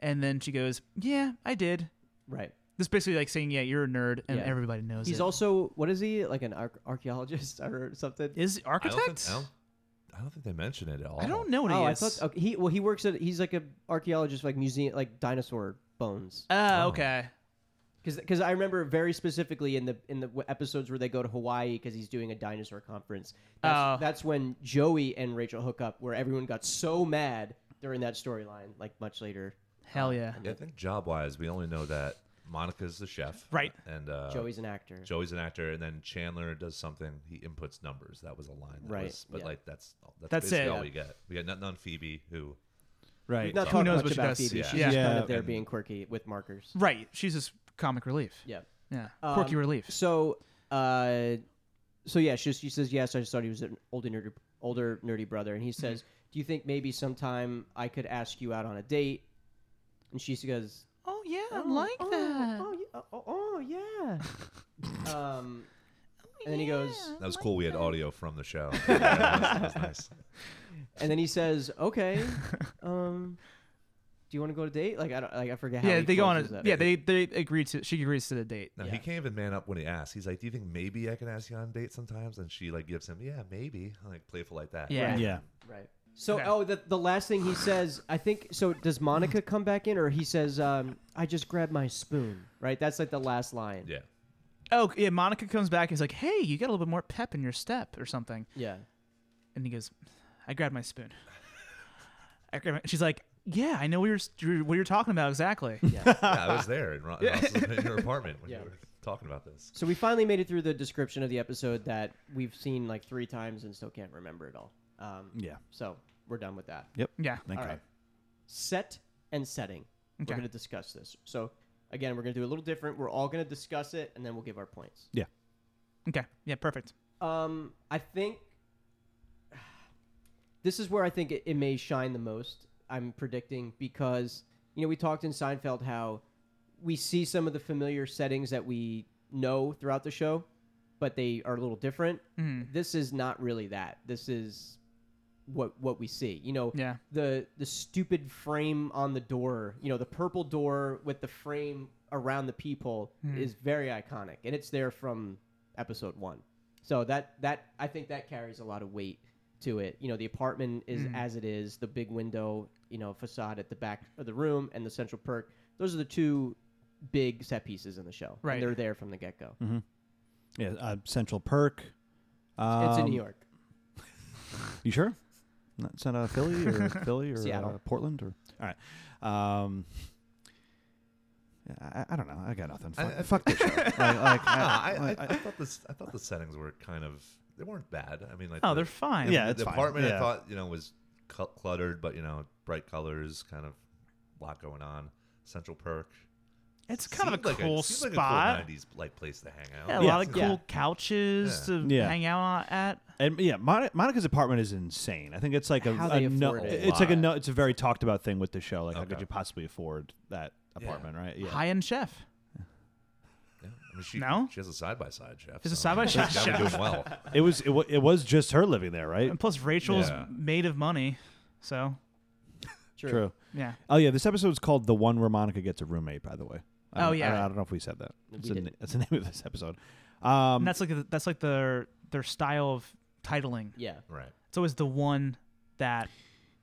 and then she goes, "Yeah, I did."
right.
This basically like saying, "Yeah, you're a nerd, and
Yeah.
everybody knows."
He's
it.
also what is he like an ar- archaeologist or something?
is he
I don't, think,
architect.
I, don't, I don't think they mention it at all.
I don't know what
oh,
he
I
is.
thought okay, he well he works at he's like a archaeologist like museum like dinosaur bones
Oh, okay.
because I remember very specifically in the in the w- episodes where they go to Hawaii because he's doing a dinosaur conference. That's,
Oh.
that's when Joey and Rachel hook up, where everyone got so mad during that storyline. Like much later,
Hell yeah.
Yeah, I think job wise we only know that Monica's the chef.
Right.
And uh
Joey's an actor.
Joey's an actor, and then Chandler does something. He inputs numbers. That was a line. That
Right,
was- but
yeah.
like that's all- that's,
That's
basically
it.
all we get. We got nothing on Phoebe, who
We've
Right.
not
Who
talked
knows
much
what she
about
does?
Phoebe.
Yeah.
She's just
Yeah.
kind of there
And-
being quirky with markers.
Right. She's just comic relief.
Yeah.
Yeah. Quirky
Um,
relief.
So, uh, so yeah, she, she says yes. I just thought he was an older nerdy, older nerdy brother, and he
Mm-hmm.
says, "Do you think maybe sometime I could ask you out on a date?" And she goes,
Oh yeah, I
"Oh,
like
oh,
that.
Oh, yeah, oh, oh, yeah. um,
Oh,
and then he goes,
that was cool. We had audio from the show. that was, that was nice.
and then he says, "Okay, um, do you want to go to date?" Like I don't, like I forget. How
yeah,
he
they go on.
closes
A,
that.
yeah, they they agree to. She agrees to the date.
No,
Yeah.
he can't even man up when he asks. He's like, "Do you think maybe I can ask you on a date sometimes?" And she like gives him, "Yeah, maybe," like playful like that.
Yeah.
Yeah.
right. So,
Okay.
oh, the, the last thing he says, I think. So, does Monica come back in, or he says, um, "I just grabbed my spoon"? Right. That's like the last line.
Yeah.
Oh yeah, Monica comes back. He's like, "Hey, you got a little bit more pep in your step, or something."
Yeah.
And he goes, "I grabbed my spoon." I grabbed my, she's like, "Yeah, I know what you're what you're talking about exactly."
yeah, I was there in, Ro- Ross's- in your apartment when
Yeah.
you were talking about this.
So we finally made it through the description of the episode that we've seen like three times and still can't remember it all. Um,
Yeah.
So we're done with that.
yeah.
Thank
All
God.
right. Set and setting.
Okay.
We're going to discuss this. So again, we're going to do a little different. We're all going to discuss it, and then we'll give our points.
Okay. Yeah. Perfect.
Um, I think this is where I think it, it may shine the most. I'm predicting because you know we talked in Seinfeld how we see some of the familiar settings that we know throughout the show, but they are a little different.
Mm.
This is not really that. This is what what we see. You know,
Yeah.
the the stupid frame on the door, you know, the purple door with the frame around the peephole is very iconic, and it's there from episode one. So that that I think that carries a lot of weight to it. You know, the apartment is
Mm.
as it is, the big window, you know, facade at the back of the room, and the central perk. Those are the two big set pieces in the show. and
Right.
they're there from the get go.
Yeah, uh, Central Perk. Um,
it's in New York.
You sure? Not it's not uh, Philly or Philly or
Seattle.
uh, Portland or all right. Um, yeah, I, I don't know. I got nothing. Fuck,
I- I-
fuck this show. like, like,
No,
I,
I, I,
I-
I thought this. I thought the settings were kind of. They weren't bad. I mean, like.
Oh,
the,
they're fine.
Yeah.
the
it's fine.
apartment
Yeah.
I thought you know was cl- cluttered, but you know bright colors, kind of a lot going on. Central Perk.
It's kind
Seemed
of a
like
cool
seemed
spot.
like a cool 90s like place to hang out.
Yeah, a
Yeah.
lot of cool
Yeah.
couches
Yeah.
to
Yeah.
hang out on- at.
and yeah, Mon- Monica's apartment is insane. I think it's like a,
How
a
they
no,
afford it.
it's like a
Why?
no, it's a very talked about thing with the show. Like, how
Okay.
could you possibly afford that
Yeah.
apartment, right? Yeah.
High end chef.
Yeah. I mean, she,
No?
she has a side by side chef.
There's a
so, I
side by
mean,
side
that would
chef.
do well.
It was it, wa it was just her living there, right?
And plus, Rachel's
Yeah.
made of money. So,
True.
True.
yeah.
Oh yeah, this episode's called "The One Where Monica Gets a Roommate." By the way. I don't-
Oh,
I
yeah.
don't- I, don't know if we said that. That's, the, na-
didn't.
that's the name of this episode. Um,
And that's like the, that's like their their style of titling.
Yeah.
Right.
It's always the one that,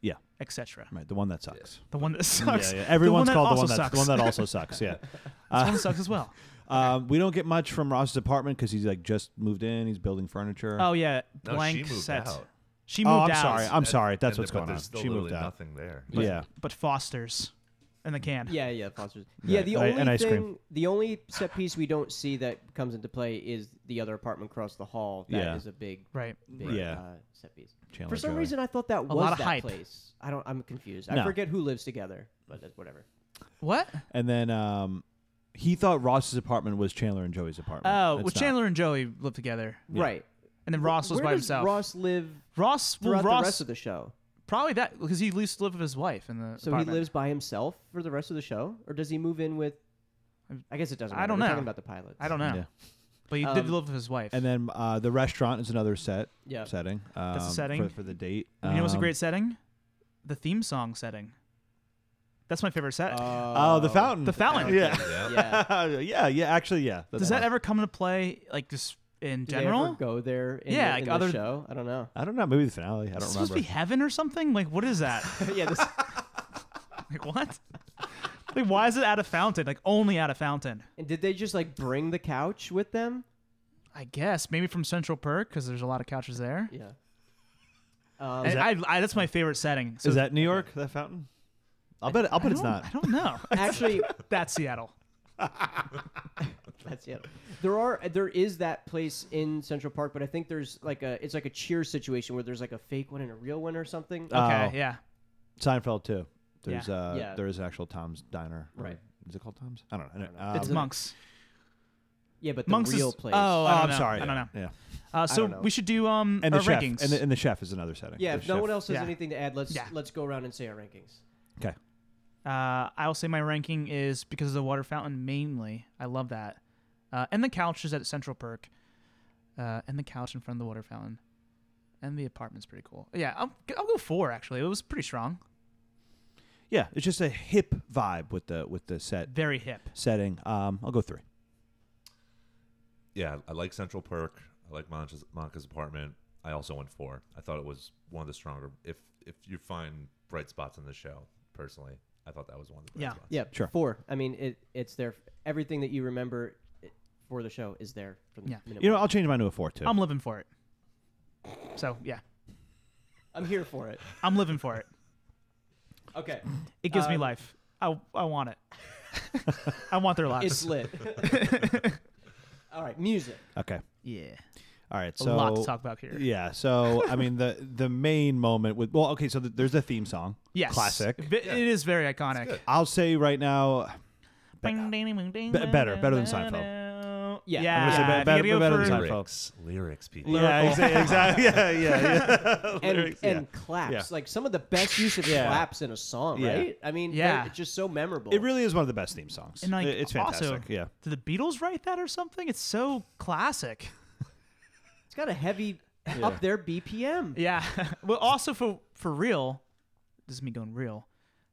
Yeah.
etc.
right, the one that sucks.
The one that sucks.
Yeah,
The
yeah.
one
Everyone's
that
called the
also
one that
sucks.
the one that also sucks. Yeah.
This one sucks as well.
Um, we don't get much from Ross's apartment because he's like just moved in. He's building furniture.
Oh yeah,
No,
blank
she moved
set.
out.
She
Oh,
moved
I'm
out.
sorry. I'm sorry. That's
And-
what's
but
going on.
there's still
She moved
literally
out.
Nothing there.
But- yeah.
But Foster's in the can.
Yeah, yeah, Foster's. Yeah, the
Right,
only
and ice
thing,
cream.
the only set piece we don't see that comes into play is the other apartment across the hall. That is
Yeah.
a big,
Right.
big
Yeah. Oh
uh, set piece.
Chandler
For some
Joey.
reason, I thought that was
lot of
that
hype.
place. I don't. I'm confused. I
No.
forget who lives together, but that's whatever.
What?
And then um, he thought Ross's apartment was Chandler and Joey's apartment.
Oh,
It's
well,
not.
Chandler and Joey lived together,
Right.
and then Ross was
Where
by
does
himself.
Ross live
Ross, well,
throughout
Ross
the rest of the show.
probably that because he at least lived with his wife in the.
So
apartment.
he lives by himself for the rest of the show, or does he move in with? I guess it doesn't. Matter.
I don't
We're
know.
Talking about the pilots.
I don't know,
Yeah.
but he did
Um,
live with his wife.
And then uh, the restaurant is another set
Yeah.
setting. Um,
a setting.
for, for the date.
you know what's a
Um,
great setting? The theme song setting. That's my favorite set.
Oh, the fountain.
the fountain.
Yeah.
Yeah.
Yeah.
yeah. Yeah. Actually, yeah. That's
Does that
awesome.
ever come into play, like just in
Do they ever
general?
go there. In
Yeah,
the,
like
in the
other-
show. I don't know.
I don't know. Maybe the finale. I
Is
don't
this supposed
remember.
to be heaven or something? Like, what is that?
yeah. This,
like, what? like, why is it at a fountain? Like, only at a fountain?
and did they just like bring the couch with them?
I guess maybe from Central Perk because there's a lot of couches there.
Yeah. Um,
And I, I, that's my favorite setting. So
is that New York? That fountain? I'll bet. I'll bet
I
it's
don't-
not.
I don't know.
actually,
That's Seattle.
that's it. There are there is that place in Central Park, but I think there's like a it's like a cheer situation where there's like a fake one and a real one or something.
Uh,
Okay,
Oh.
yeah.
Seinfeld too.
Yeah.
There's uh
Yeah.
there is an actual Tom's diner. Or-
Right.
Is it called Tom's? I don't know.
know.
Um,
It's
Um,
monks.
yeah, but the
Monks
real
is,
place.
Oh, I
oh,
don't
I'm
know.
sorry.
I don't
yeah,
know.
Yeah.
Uh, so
know.
we should do um
And
our
the chef.
rankings.
And the, and the chef is another setting.
yeah.
The
If no
chef.
one else has
yeah.
anything to add, let's
Yeah.
let's go around and say our rankings.
Okay.
uh, I'll say my ranking is because of the water fountain mainly. I love that, uh, and the couches at Central Perk, uh, and the couch in front of the water fountain, and the apartment's pretty cool. Yeah, I'll, I'll go four actually. It was pretty strong,
Yeah. It's just a hip vibe with the with the set
very hip.
setting. Um, I'll go three.
Yeah, I like Central Perk. I like Monica's, Monica's apartment. I also went four. I thought it was one of the stronger. If if you find bright spots in the show, personally, I thought that was one of the bright
Yeah.
spots.
Yeah,
Sure.
Four. I mean, it it's there. Everything that you remember i- for the show is there from the
Yeah.
minute.
You know,
one.
I'll change mine to a four too.
I'm living for it. So yeah,
I'm here for it.
I'm living for it.
Okay,
It gives me
Um,
life. I I want it. I want their lives.
it's lit. All right, music.
okay.
yeah,
All right.
a
So
lot to talk about here.
Yeah. So I mean, the the main moment with well, okay. So th there's a theme song.
Yes,
Classic.
Vi- It is very iconic.
I'll say right now, Be- better- better than
Seinfeld. Yeah,
Yeah. I'm
gonna say be-
if you're
better-
gonna go
better than
for-
Seinfeld.
Lyrics, lyrics, people.
yeah, exa- exactly. Yeah, yeah, yeah.
and,
Lyrics, yeah.
and claps
Yeah.
like some of the best use of
Yeah.
claps in a song
Yeah.
right i mean
Yeah.
they're- it's just so memorable
It really is one of the best theme songs.
And like,
It- it's fantastic.
also,
yeah.
Did the Beatles write that or something? It's so classic.
it's got a heavy up there bpm
Yeah. well, also for for real, this is me going real.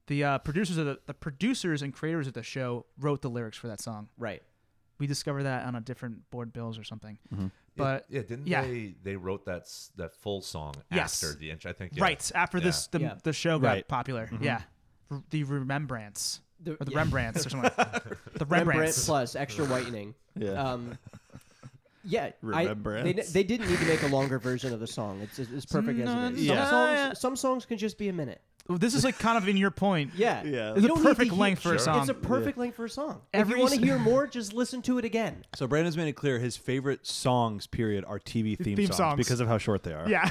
The uh, producers of the, the producers and creators of the show wrote the lyrics for that song.
right
We discovered that on a different board bills or something.
Mm-hmm.
Yeah,
But
yeah, didn't
yeah.
they? They wrote that s- that full song
Yes.
after the intro. I think yeah.
right after this, the,
Yeah.
the show got
Right. Mm-hmm.
popular. Yeah. R- the Remembrance
The-
or the
yeah.
Rembrandts or something. the
rembrandt
Rembrandts.
plus extra whitening
Uh,
Yeah.
um yeah I, they,
Remembrance.
they didn't need to make a longer version of the song it's, it's, it's perfect as it is
Yeah.
some, songs, some songs can just be a minute
Well, This is like kind of in your point.
yeah
Yeah.
It's
You
a
don't need to
perfect
hear-
length for a
Sure.
song.
it's a perfect length for a song if
Every
you want
s-
to hear more just listen to it again
So Brandon's made it clear his favorite songs, period, are TV theme,
Theme
songs,
songs.
because of how short they are.
yeah.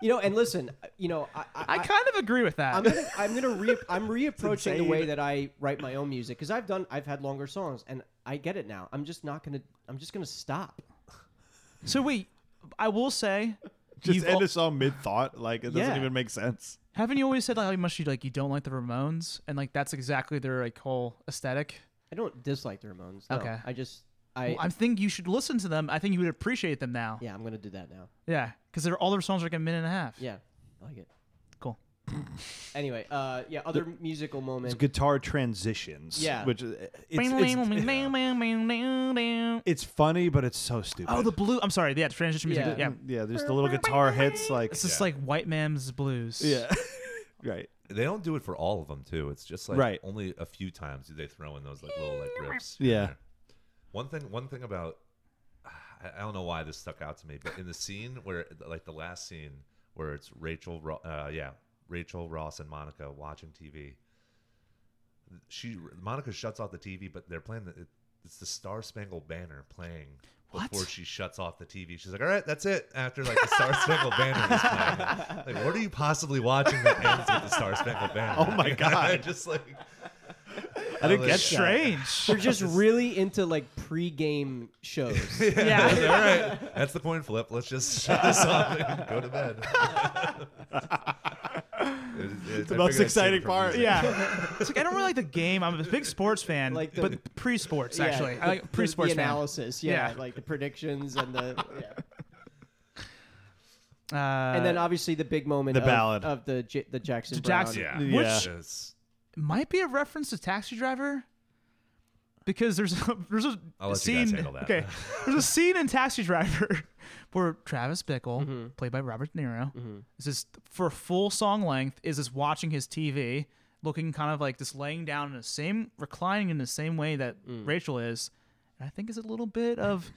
you know and listen you know i, I,
I kind of agree with that.
I'm gonna, I'm gonna re- I'm reapproaching the way
insane.
that I write my own music because I've done I've had longer songs and I get it now. I'm just not gonna I'm just gonna stop.
so wait, I will say,
Just
you've
end
al-
a song mid thought, like it doesn't
Yeah.
even make sense.
haven't you always said like how much you like you don't like the Ramones and like that's exactly their like whole aesthetic.
I don't dislike the Ramones. no.
Okay.
I just I
I, I think you should listen to them. I think you would appreciate them now.
yeah I'm gonna do that now.
Yeah, because they're all their songs are like a minute and a half.
Yeah, I like it.
cool.
Anyway, uh, yeah, other musical moments.
It's guitar transitions.
Yeah.
Which is- it's, it's, it's funny, but it's so stupid.
oh, the blue. I'm sorry. Yeah, transition music. Yeah,
Yeah.
yeah. There's the little guitar hits, like
it's just
Yeah.
like white man's blues.
yeah, right.
They don't do it for all of them too. It's just like
Right.
only a few times do they throw in those like little like riffs.
Yeah.
here and there. One thing. One thing about I, I don't know why this stuck out to me, but in the scene where like the last scene where it's Rachel, Ro- uh, yeah, Rachel Ross and Monica watching TV. She Monica shuts off the TV, but they're playing the. It, it's the Star Spangled Banner playing
What?
before she shuts off the TV. She's like, "All right, that's it." After like the Star Spangled Banner is playing, like, what are you possibly watching that ends with the Star Spangled Banner?
Oh my
Like, I
God.
just like
I didn't
like-
get that.
Strange.
They're just really into like pre-game shows.
yeah.
All right, that's the coin flip. Let's just shut this off and go to bed. it's
the most exciting part.
Yeah. It's like I don't really like the game. I'm a big sports fan,
Like the-
but pre-sports
Yeah,
actually. I
the-
like pre-sports
the
fan.
analysis, yeah,
Yeah.
like the predictions and the yeah.
Uh,
and then obviously the big moment
The
of,
ballad.
of the J- the Jackson
The
Brown.
Jackson-
Yeah.
Which-
It's-
might be a reference to Taxi Driver. Because there's a, there's a
I'll let you
scene.
guys handle that.
Okay, there's a scene in Taxi Driver where Travis Bickle,
Mm-hmm.
played by Robert De Niro, is just for a full song length is just watching his TV, looking kind of like just laying down in the same reclining in the same way that
Mm.
Rachel is, and I think is a little bit of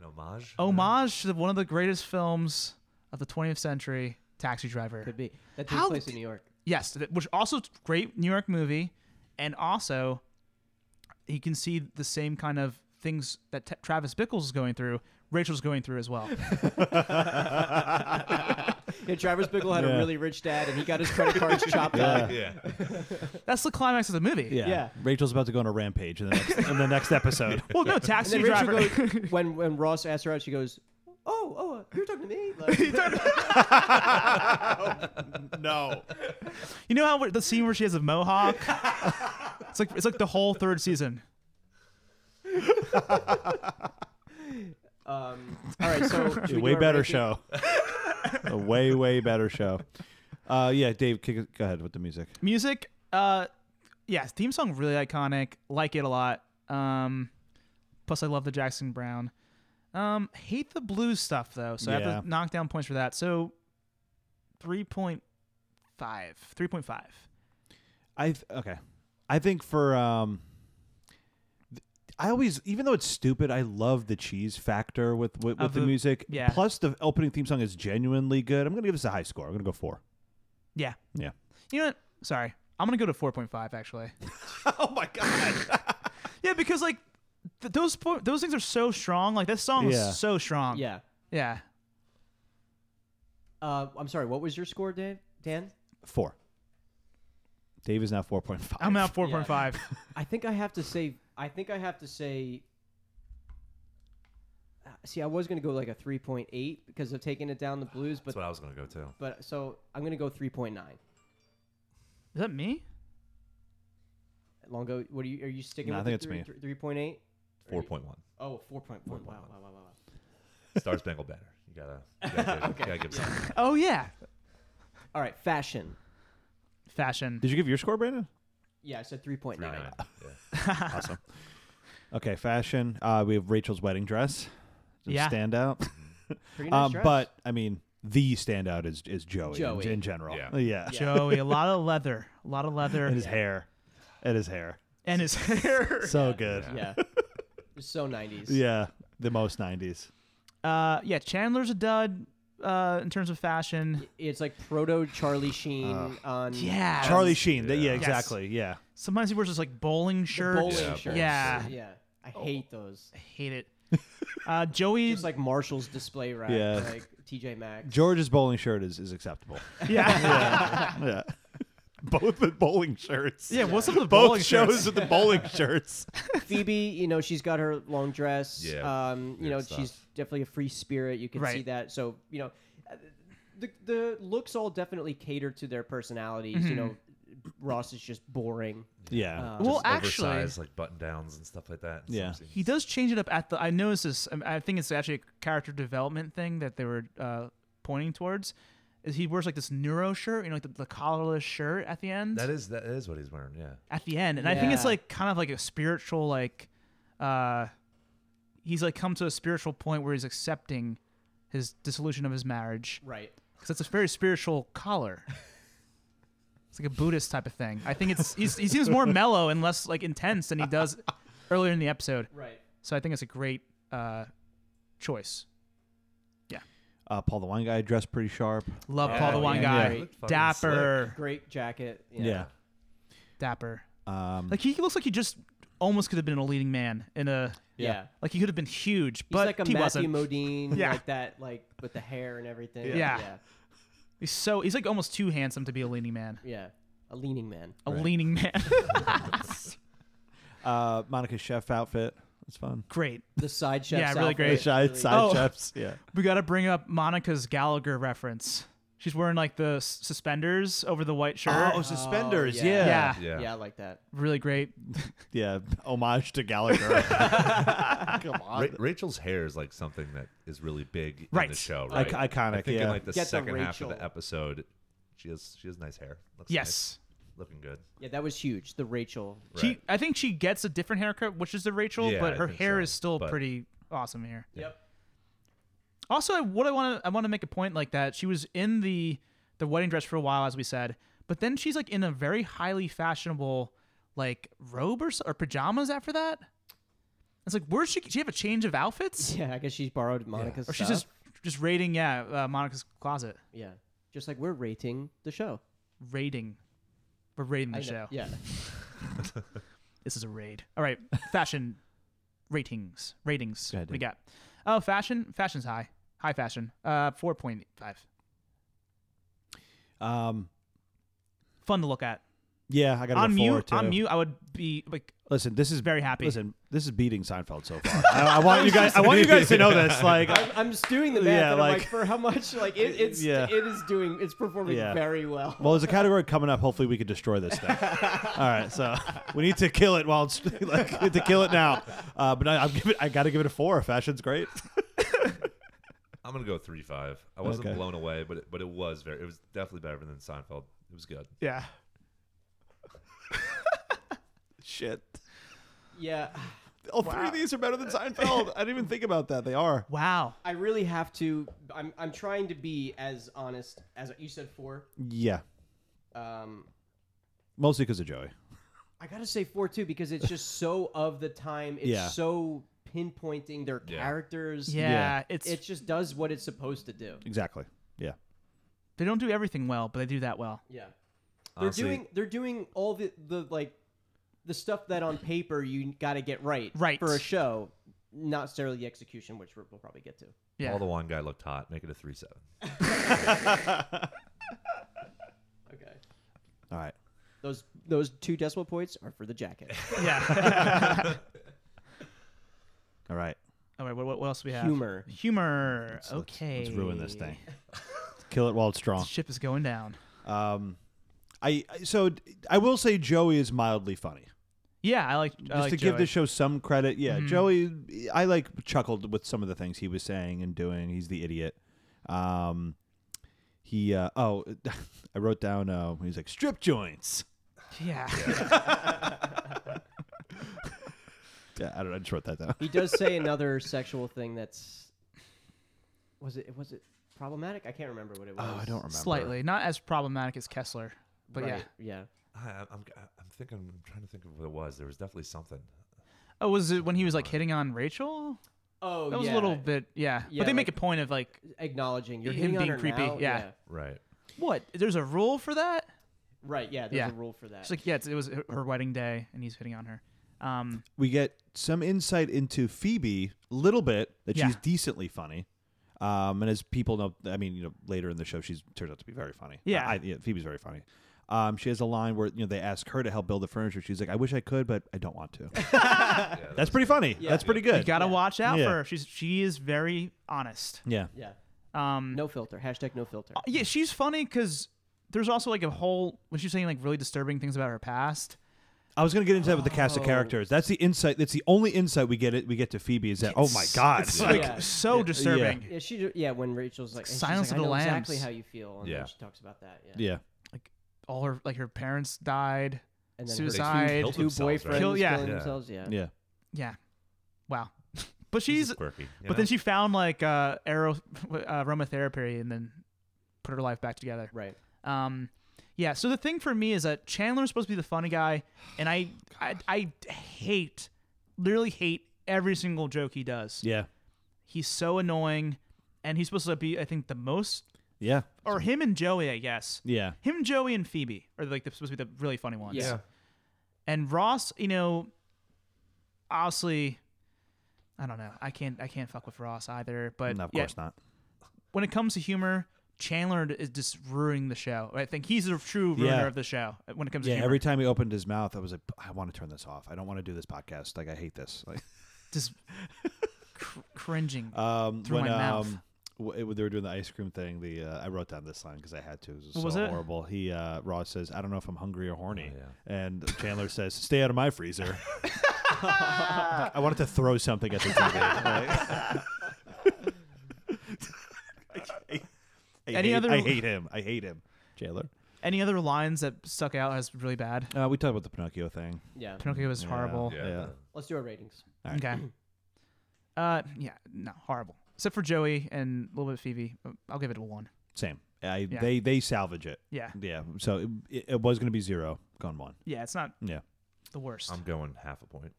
an homage.
Oh,
homage to one of the greatest films of the 20th century, Taxi Driver.
Could be. That takes
How
place
did-
in New York.
Yes, th- which also is a great New York movie, and also you can see the same kind of things that T- Travis Bickles is going through. Rachel's going through as well.
Yeah, Travis Bickle had
Yeah.
a really rich dad, and he got his credit cards chopped up.
Yeah.
That's the climax of the movie.
Yeah.
Yeah.
Rachel's about to go on a rampage in the next, in the next episode.
Well, no,
And
Taxi
then
Driver.
Rachel goes, when when Ross asks her out, she goes, "Oh, oh, uh, you're talking to me." Like,
no.
you know how where- the scene where she has a mohawk? it's like it's like the whole third season.
um, all right, so should we do
way
our
better
ranking?
show. a way way better show. Uh, yeah, Dave, kick, it- go ahead with the music.
Music, uh, yeah, theme song really iconic. Like it a lot. Um, plus, I love the Jackson Brown. Um, hate the blues stuff though, so I
Yeah.
have to knock down points for that. So, three point five, three point five.
I th- okay. I think for um, th- I always, even though it's stupid, I love the cheese factor with with, with
Of
the,
the-
music.
yeah.
Plus, the opening theme song is genuinely good. I'm gonna give this a high score. I'm gonna go four.
Yeah.
Yeah.
You know what? Sorry, I'm gonna go to four point five actually.
oh my god!
yeah, because like th- those po- those things are so strong. Like this song
Yeah.
is so strong.
Yeah.
Yeah.
Uh, I'm sorry. What was your score, Dave? Dan?
Four. Dave is now four point five.
I'm at four point five.
I think I have to say. I think I have to say. Uh, See, I was gonna go like a 3.8 because of taking it down the blues,
That's
but
what I was gonna go to.
but so I'm gonna go 3.9.
Is that me?
Longo, what are you? Are you sticking?
No, I
with
think
the
it's
three- three- 3.8.
Four point one.
Oh, 4.1. Wow, wow, wow, wow, wow.
Star Spangled Banner. You gotta. You gotta, okay. gotta give some.
Oh yeah.
All right, fashion.
Fashion.
Did you give your score, Brandon?
Yeah, I said 3.9.
Three nine. Yeah.
awesome. Okay, fashion. Uh, we have Rachel's wedding dress. Some
Yeah.
Standout.
Pretty nice
Um,
dress.
but I mean, the standout is is Joey, in-
Joey.
In, general.
Yeah.
Joey, a lot of leather, a lot of leather,
And his hair. And his hair.
and his hair.
So good.
yeah, It's so 90s.
Yeah, the most '90s.
Uh, yeah, Chandler's a dud uh, in terms of fashion.
It's like proto Charlie Sheen on
Yeah,
Charlie Sheen. th- Yeah,
Yeah.
exactly. Yeah,
Sometimes he wears just like bowling shirts.
bowling
Yeah,
shirts.
Yeah.
yeah. I hate those.
I hate it. Uh, Joey,
It's like Marshall's display rack.
Yeah.
Like TJ Maxx.
George's bowling shirt is, is acceptable.
yeah,
yeah, both with bowling shirts.
yeah. What's up with
both
bowling
shows
shirts?
with the bowling shirts.
Phoebe, you know, she's got her long dress.
Yeah,
Um, you
weird
know,
stuff.
she's definitely a free spirit. You can see
Right.
that. So, you know, uh, the the looks all definitely cater to their personalities. You know, Ross is just boring.
Yeah,
Um,
Mm-hmm. Well, actually,
Oversized like button downs and stuff like that. in some
Yeah.
scenes.
he does change it up at the. I noticed this. um, I think it's actually a character development thing that they were uh, pointing towards. Is he wears like this neuro shirt, you know, like the, the collarless shirt at the end.
That is that is what he's wearing. Yeah.
at the end and i think it's
Yeah.
like kind of like a spiritual like uh he's like come to a spiritual point where he's accepting his dissolution of his marriage
right.
because it's a very spiritual collar it's like a buddhist type of thing i think it's he's, he seems more mellow and less like intense than he does earlier in the episode
Right.
so i think it's a great uh choice
uh, Paul the wine guy dressed pretty sharp.
love
Yeah,
paul the wine
yeah,
guy
yeah. Looked fucking
dapper
Great jacket. Yeah.
dapper
Um,
like he looks like he just almost could have been a leading man in a
Yeah.
like he could have been huge
He's
but
like a
he
Matthew
wasn't
Modine,
Yeah.
like that, like with the hair and everything.
Yeah.
Yeah.
Yeah. He's so he's like almost too handsome to be a leaning man.
Yeah. A leaning man.
A leaning man.
uh, Monica's chef outfit. It's fun.
Great.
The side chef's
Yeah, really great.
The
outfit,
side,
really-
side
Oh.
chefs. Yeah.
We got to bring up Monica's Gallagher reference. She's wearing like the s- suspenders over the white shirt.
Oh.
suspenders.
Oh, yeah. yeah.
Oh, yeah.
Yeah.
Yeah, I like that.
Really great.
yeah, homage to Gallagher. Come on.
Ra- Rachel's hair is like something that is really big in the
Right.
show,
Ic-
right?
iconic,
I think
yeah.
in like the
Get the
second half of the
Rachel.
episode, she has she has nice hair. Looks
Yes.
nice, looking good.
Yeah, that was huge. The Rachel.
Right.
She I think she gets a different haircut, which is the Rachel,
Yeah,
but
I
her
think
hair
so,
is still
but-
pretty awesome here.
Yep.
Also, I- what I want to I want to make a point like that. She was in the the wedding dress for a while, as we said, but then she's like in a very highly fashionable like robe or, s- or pajamas after that. It's like where's she? Did she have a change of outfits?
Yeah, I guess she's borrowed Monica's
Or she's
stuff.
just just raiding yeah uh, Monica's closet,
yeah, just like we're rating the show.
raiding. We're raiding the
I know,
show.
Yeah,
This is a raid. All right, fashion ratings ratings.
Go ahead,
we
Dan.
got oh fashion fashion's high high fashion uh four point five
Um,
fun to look at
yeah, I got
on
go four
mute
too.
on mute I would be like
Listen, this is
Very happy.
Listen, this is beating Seinfeld so far. I, I want you guys. I want you guys to know this. Like,
I'm, I'm just doing the math. and
Yeah,
I'm like,
like-
for how much? Like it, it's
Yeah.
it is doing it's performing
Yeah.
very well.
well, there's a category coming up. Hopefully, we could destroy this thing. All right, so we need to kill it while it's like we need to kill it now. Uh, but I, I'm giving. I got to give it a four. Fashion's great.
I'm gonna go three five. I wasn't
Okay.
blown away, but it, but it was very. It was definitely better than Seinfeld. It was good.
yeah
Shit.
yeah,
All three of these are better than Seinfeld. I didn't even think about that. They are.
Wow.
I really have to. I'm I'm trying to be as honest as you said four.
Yeah.
Um,
Mostly because of Joey.
I gotta say four too because it's just so of the time. It's
Yeah.
so pinpointing their
Yeah.
characters.
Yeah,
Yeah.
it's
it just does what it's supposed to do.
Exactly. Yeah.
they don't do everything well, but they do that well.
Yeah, they're
Honestly,
doing they're doing all the the like the stuff that on paper you got to get right
Right.
for a show, not necessarily the execution, which we're- we'll probably get to.
Yeah.
All the wine guy looked hot. Make it a three seven.
Okay,
All right.
those those two decimal points are for the jacket.
yeah.
All right.
All right. What, what else do we have?
Humor.
Humor.
let's-
okay.
Let's ruin this thing. Kill it while it's strong.
This ship is going down.
Um, I I- so d- I will say Joey is mildly funny.
Yeah, I like. Mm-hmm.
Just to give the show some credit, yeah, Joey, I like chuckled with some of the things he was saying and doing. He's the idiot. Um, he uh, oh, I wrote down. Uh, he's like strip joints.
yeah.
Yeah, I don't. know, I just wrote that down.
He does say another sexual thing that's was it was it problematic? I can't remember what it was.
Oh, I don't remember.
Slightly, not as problematic as Kessler, but yeah.
Right, yeah.
I, I'm, I'm I'm thinking. I'm trying to think of what it was. There was definitely something.
Oh, was it when he was like hitting on Rachel?
Oh,
That was
yeah.
a little bit, yeah.
Yeah,
but they make a
like-
point of like,
acknowledging you're
Him
hitting on
being
her
creepy,
now?
yeah.
Right.
what? There's a rule for that.
Right. Yeah. There's
Yeah.
a rule for that.
It's like, yeah, it's, it was her- her wedding day, and he's hitting on her. Um,
we get some insight into Phoebe a little bit that
Yeah.
she's decently funny. Um, and as people know, I mean, you know, later in the show, she's turns out to be very funny.
Yeah.
I, yeah Phoebe's very funny. Um, she has a line where you know they ask her to help build the furniture. She's like, "I wish I could, but I don't want to." That's pretty funny. That's pretty
you
good.
gotta watch out
Yeah.
for her. She's she is very honest.
yeah,
yeah.
Um,
No filter. Hashtag no filter.
yeah, she's funny because there's also like a whole when she's saying like really disturbing things about her past.
I was gonna get into that with the cast of
Oh.
characters. That's the insight. That's the only insight we get. It we get to Phoebe is that. Oh my god!
it's
Yeah.
like
Yeah.
so
Yeah.
disturbing.
Yeah. She. Yeah. When Rachel's like, and she's
Silence
like,
of
I
the
know
Lambs.
Exactly how you feel. And
Yeah.
then she talks about that. Yeah.
yeah,
All her like her parents died.
And then
Suicide.
Her
Killed
two, two
themselves,
boyfriends
right?
Kill- yeah.
killing
Yeah.
themselves. Yeah.
yeah.
Yeah, wow. but she's
just quirky. you know?
but then she found like uh, arrow uh, aromatherapy and then put her life back together.
Right.
Um, yeah. So the thing for me is that Chandler's supposed to be the funny guy, and I, I, I hate, literally hate every single joke he does.
yeah,
He's so annoying, and he's supposed to be, I think, the most,
yeah,
or him and Joey, I guess.
yeah,
Him, Joey, and Phoebe are like the, supposed to be the really funny ones.
Yeah.
And Ross, you know, honestly, I don't know. I can't, I can't fuck with Ross either. But
No, of
yeah,
course not.
when it comes to humor, Chandler is just ruining the show. I think he's the true ruiner
Yeah.
of the show when it comes
Yeah,
to humor.
every time he opened his mouth, I was like, I want to turn this off. I don't want to do this podcast. Like, I hate this. Like,
just cr- cringing.
um,
Through
when,
my mouth.
um, w- when they were doing the ice cream thing, the uh, I wrote down this line because I had to. It was
What
so
was it?
horrible. He uh, Ross says, "I don't know if I'm hungry or horny,"
Oh,
and Chandler says, "Stay out of my freezer." I wanted to throw something at the TV. like- I- I
Any
hate-
other-
I hate him. I hate him. Chandler.
Any other lines that stuck out as really bad?
Uh, we talked about the Pinocchio thing.
Yeah.
Pinocchio was
Yeah.
horrible.
Yeah.
Yeah.
Let's do our ratings.
Yeah.
Okay. Uh, yeah, no, horrible. Except for Joey and a little bit Phoebe. uh, I'll give it a one.
Same. I,
Yeah.
They they salvage it.
Yeah,
Yeah. So it, it, it was going to be zero, gone one.
yeah, it's not
Yeah.
the worst.
I'm going half a point.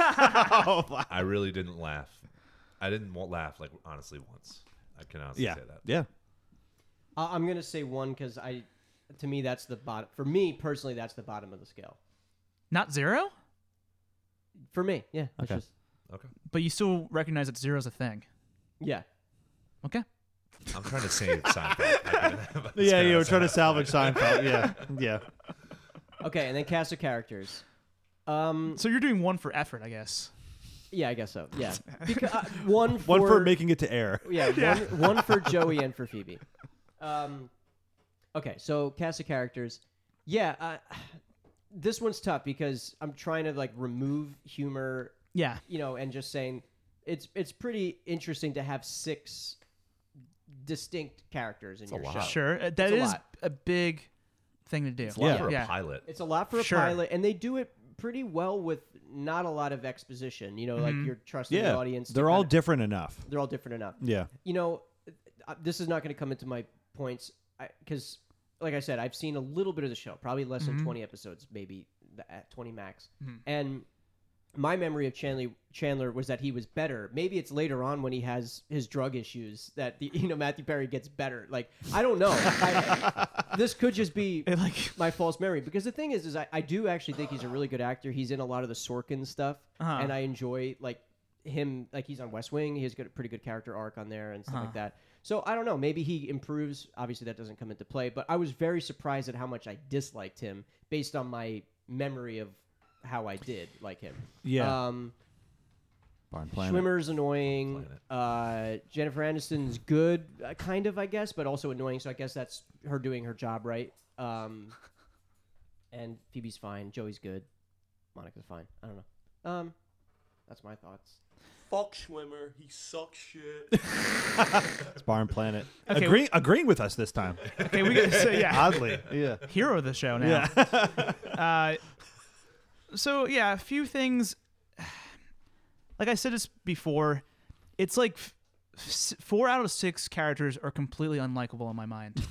oh, wow.
I really didn't laugh. I didn't wa- laugh like honestly once. I can honestly
Yeah.
say that.
Yeah.
I I'm gonna say one because I, to me, that's the bottom. For me personally, that's the bottom of the scale.
not zero,
For me. Yeah. that's
Okay.
Just,
Okay.
but you still recognize that zero's a thing.
yeah.
Okay.
I'm trying to save Seinfeld. I didn't- but it's
Yeah.
kinda
You were trying to
Seinfeld.
salvage Seinfeld. Yeah. Yeah.
Okay. And then cast of characters. Um.
So you're doing one for effort, I guess.
Yeah, I guess so. Yeah, because, uh, one for,
One for making it to air.
yeah, One, one for Joey and for Phoebe. Um, okay, so cast of characters. Yeah, uh, this one's tough because I'm trying to like remove humor,
Yeah,
you know, and just saying it's it's pretty interesting to have six distinct characters in your
lot.
show.
sure. Uh, that
a
is
lot.
a big thing to do.
It's a lot
Yeah.
for a
yeah.
pilot.
It's a lot for a
Sure.
pilot, and they do it pretty well with not a lot of exposition. You know,
Mm-hmm.
like you're trusting
yeah.
the audience. to
They're all
kinda-
different enough.
they're all different enough.
Yeah.
You know, uh, this is not going to come into my points because, like I said, I've seen a little bit of the show, probably less than twenty episodes, maybe th- at twenty max. And my memory of Chandler Chandler was that he was better. Maybe it's later on when he has his drug issues that the, you know Matthew Perry gets better. Like I don't know. I- this could just be
It, like
my false memory because the thing is is I, I do actually think he's a really good actor he's in a lot of the sorkin stuff
Uh-huh.
and i enjoy like him like he's on west wing he has got a pretty good character arc on there and stuff like that so i don't know maybe he improves obviously that doesn't come into play but i was very surprised at how much i disliked him based on my memory of how i did like him
Yeah.
um
Barn Planet.
Schwimmer's annoying. Uh, Jennifer Aniston's good, uh, kind of, I guess, but also annoying. So I guess that's her doing her job right. Um, and Phoebe's fine. Joey's good. Monica's fine. I don't know. Um, that's my thoughts.
Fuck Schwimmer. He sucks shit.
It's Barn Planet.
Okay.
Agree, agreeing with us this time.
okay, we got so yeah,
Oddly. Yeah.
hero of the show now. Uh, so yeah, a few things. Like I said this before, it's like f- s- four out of six characters are completely unlikable in my mind.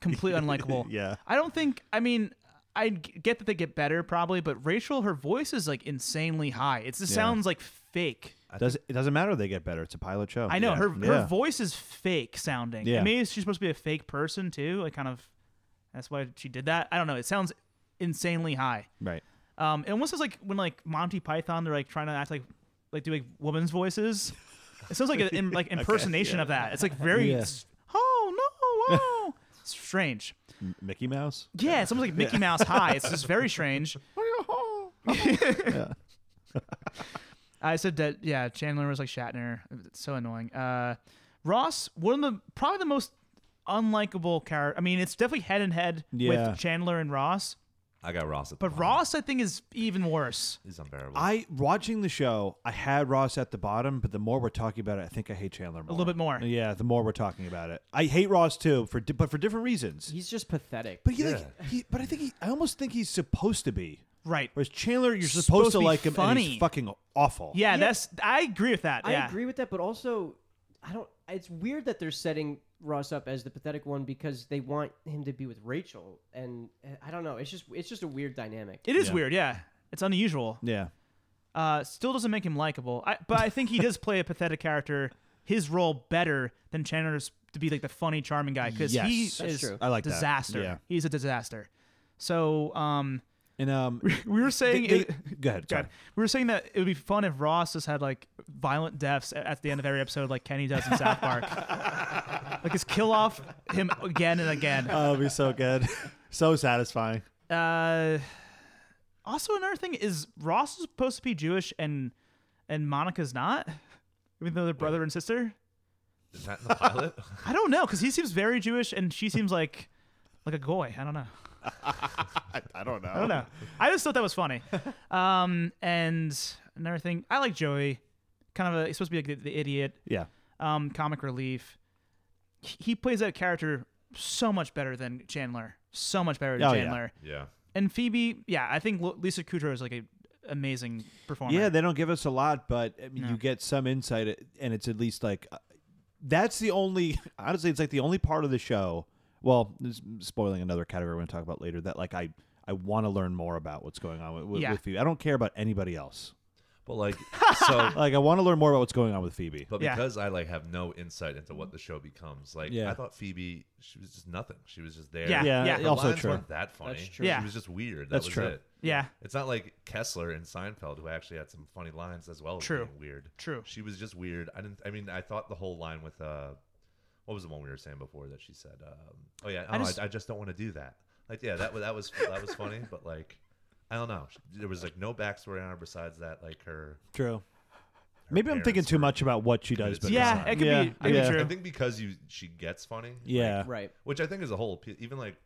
completely unlikable.
Yeah.
I don't think. I mean, I g- get that they get better probably, but Rachel, her voice is like insanely high. It's, it sounds like fake.
Does it doesn't matter if they get better. It's a pilot show.
I know
Yeah.
her her
Yeah.
voice is fake sounding.
Yeah.
Yeah. Maybe she's supposed to be a fake person too. Like kind of that's why she did that. I don't know. It sounds insanely high.
Right.
Um, it almost is like when like Monty Python, they're like trying to act like like do like women's voices. It sounds like an im- like impersonation of that. It's like very
Yeah.
s- oh no wow strange.
M- Mickey Mouse.
Yeah, it's almost like Mickey Mouse high. It's just very strange. I said that yeah, Chandler was like Shatner. It's so annoying. Uh, Ross, one of the probably the most unlikable character. I mean, it's definitely head and head
Yeah.
with Chandler and Ross,
I got Ross at the
but
bottom.
Ross I think is even worse.
is unbearable.
I watching the show. I had Ross at the bottom, but the more we're talking about it, I think I hate Chandler more.
little bit more.
Yeah, the more we're talking about it, I hate Ross too for di- but for different reasons.
He's just pathetic.
but he like he. But I think he. I almost think he's supposed to be.
Right.
Whereas Chandler, you're supposed,
Supposed to
to
be
like him, and he's
funny.
fucking awful.
Yeah, that's I agree with that.
I
yeah.
agree with that, but also, I don't. It's weird that they're setting Ross up as the pathetic one because they want him to be with Rachel, and uh, I don't know. It's just it's just a weird dynamic.
It is
Yeah.
weird, yeah. It's unusual.
yeah.
Uh, still doesn't make him likable. I, but I think he does play a pathetic character, his role better than Chandler's to be like the funny, charming guy because he
Yes. That's
is
true.
I like that.
disaster.
Yeah.
He's a disaster. So um,
And um,
we were saying
they-
it-
go ahead.
God,
sorry.
we were saying that it would be fun if Ross just had like violent deaths a- at the end of every episode, like Kenny does in South Park. like just kill off him again and again.
Oh, it'd be so good. so satisfying.
Uh, also, another thing is Ross is supposed to be Jewish and and Monica's not, even though they're brother and sister.
is that in the pilot?
I don't know because he seems very Jewish and she seems like like a goy. I don't know.
I don't know.
I don't know. I just thought that was funny. Um, and another thing, I like Joey. Kind of a he's supposed to be like the, the idiot,
Yeah.
um, comic relief. He, he plays that character so much better than Chandler. So much better than
Oh, yeah.
Chandler.
yeah.
And Phoebe, yeah, I think Lo- Lisa Kudrow is like a amazing performer.
Yeah, they don't give us a lot, but I mean, you get some insight, uh, and it's at least like uh, that's the only. Honestly, it's like the only part of the show. Well, this- spoiling another category we're going to talk about later. That like I I want to learn more about what's going on with, with,
Yeah.
with Phoebe. I don't care about anybody else.
But like so
Like I want to learn more about what's going on with Phoebe.
but
Yeah.
because I like have no insight into what the show becomes, like
Yeah.
I thought Phoebe she was just nothing. She was just there.
Yeah.
yeah,
yeah.
Her
also
lines
true.
weren't that funny.
That's true.
Yeah.
She was just weird. That
That's
was
true.
it.
Yeah.
It's not like Kessler in Seinfeld who actually had some funny lines as well as
True.
being weird.
True.
She was just weird. I didn't I mean I thought the whole line with uh what was the one we were saying before that she said um, oh yeah
I
oh, I,
just-
I just don't want to do that. Like yeah, that was that was that was funny, but like I don't know. There was like no backstory on her besides that like her
True. Maybe I'm thinking
parents
too much about what she does.
committed
But
Yeah,
suicide.
it could
Yeah,
be. It could
yeah.
be
I
true.
think because you she gets funny. like-
yeah,
Right.
which I think is a whole appe- even like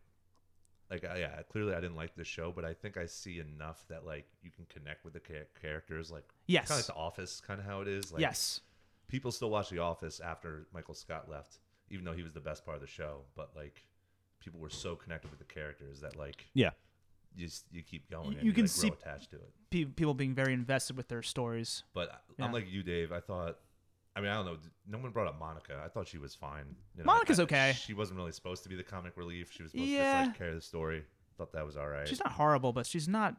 like I- yeah, clearly I didn't like this show, but I think I see enough that like you can connect with the cha- characters like
Yes.
kind of like The Office kind of how it is. Like
yes.
people still watch The Office after Michael Scott left, even though he was the best part of the show, but like people were so connected with the characters that like
yeah.
you s- you keep going.
You
and you
can
like,
see-
grow attached to it.
Pe- people being very invested with their stories.
But I-
Yeah.
I'm like you, Dave. I thought. I mean, I don't know. No one brought up Monica. I thought she was fine. You know,
Monica's
I-
okay.
She wasn't really supposed to be the comic relief. She was supposed to
Yeah.
just like carry the story. Thought that was all right.
She's not horrible, but she's not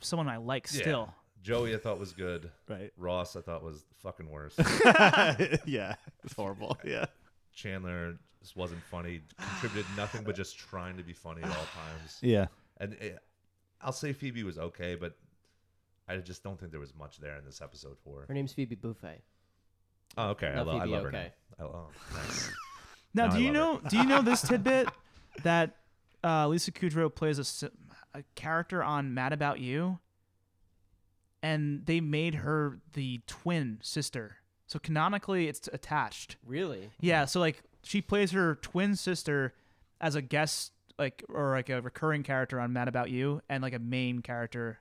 someone I like
Yeah.
still.
Joey, I thought was good.
Right.
Ross, I thought was fucking worse.
yeah, it's horrible. Yeah.
Chandler just wasn't funny. Contributed nothing but just trying to be funny at all times.
Yeah.
And it, I'll say Phoebe was okay, but I just don't think there was much there in this episode for her.
Her name's Phoebe Buffay.
Oh, okay. I,
No,
lo- I
Phoebe,
love her.
okay.
now. I, oh, nice.
Now,
No,
do
I
you know?
love
do you know this tidbit that uh, Lisa Kudrow plays a, s- a character on Mad About You, and they made her the twin sister. So canonically, it's attached.
Really?
Yeah. So like, she plays her twin sister as a guest, like or like a recurring character on Mad About You, and like a main character,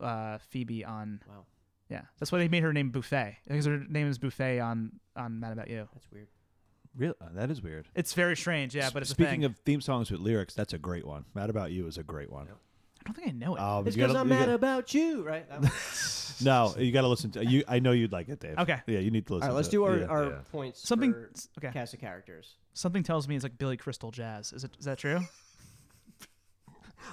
uh, Phoebe on.
Wow,
Yeah, that's why they made her name Buffet because her name is Buffet on on Mad About You.
that's weird.
Really? uh, that is weird.
It's very strange. Yeah, but it's a
Speaking
thing.
of theme songs with lyrics, that's a great one. Mad About You is a great one.
I don't think I know it.
Um,
It's
you
because
gotta-
I'm
you
mad
gotta-
about you, right? That one.
No, you got to listen to you. I know you'd like it, Dave.
Okay.
Yeah, you need to listen.
All right, let's
to
do
it.
our,
Yeah.
our
Yeah.
points.
Something.
for
s- Okay.
cast of characters.
Something tells me it's like Billy Crystal jazz. Is it? Is that true?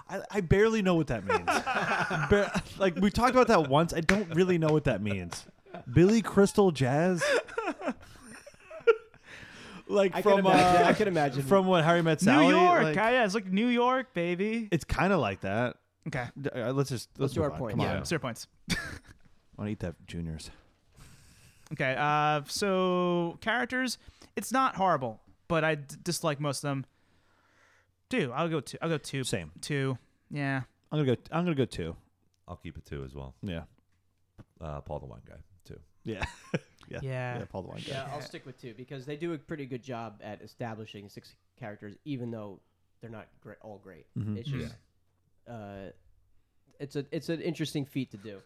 I, I barely know what that means. Bar- like we talked about that once. I don't really know what that means. Billy Crystal Jazz. like
I
from
can imagine.
uh,
I can imagine.
from what Harry Met Sally.
New York.
like-
yeah, it's like New York, baby.
it's kind of like that.
Okay.
D- uh, let's just let's,
do
move
our
on.
points.
Come on.
Yeah.
yeah.
Zero points.
I want to eat that juniors.
Okay. Uh, so characters, it's not horrible, but I d- dislike most of them. Two. I'll go two. I'll go two.
Same.
Two. Yeah.
I'm gonna go. I'm gonna go two.
I'll keep it two as well.
Yeah.
Uh, Paul the Wine Guy, too.
Yeah. yeah.
Yeah.
Paul the wine guy.
Yeah, I'll stick with two because they do a pretty good job at establishing six characters, even though they're not great, all great.
Mm-hmm.
It's just, uh, it's a it's an interesting feat to do.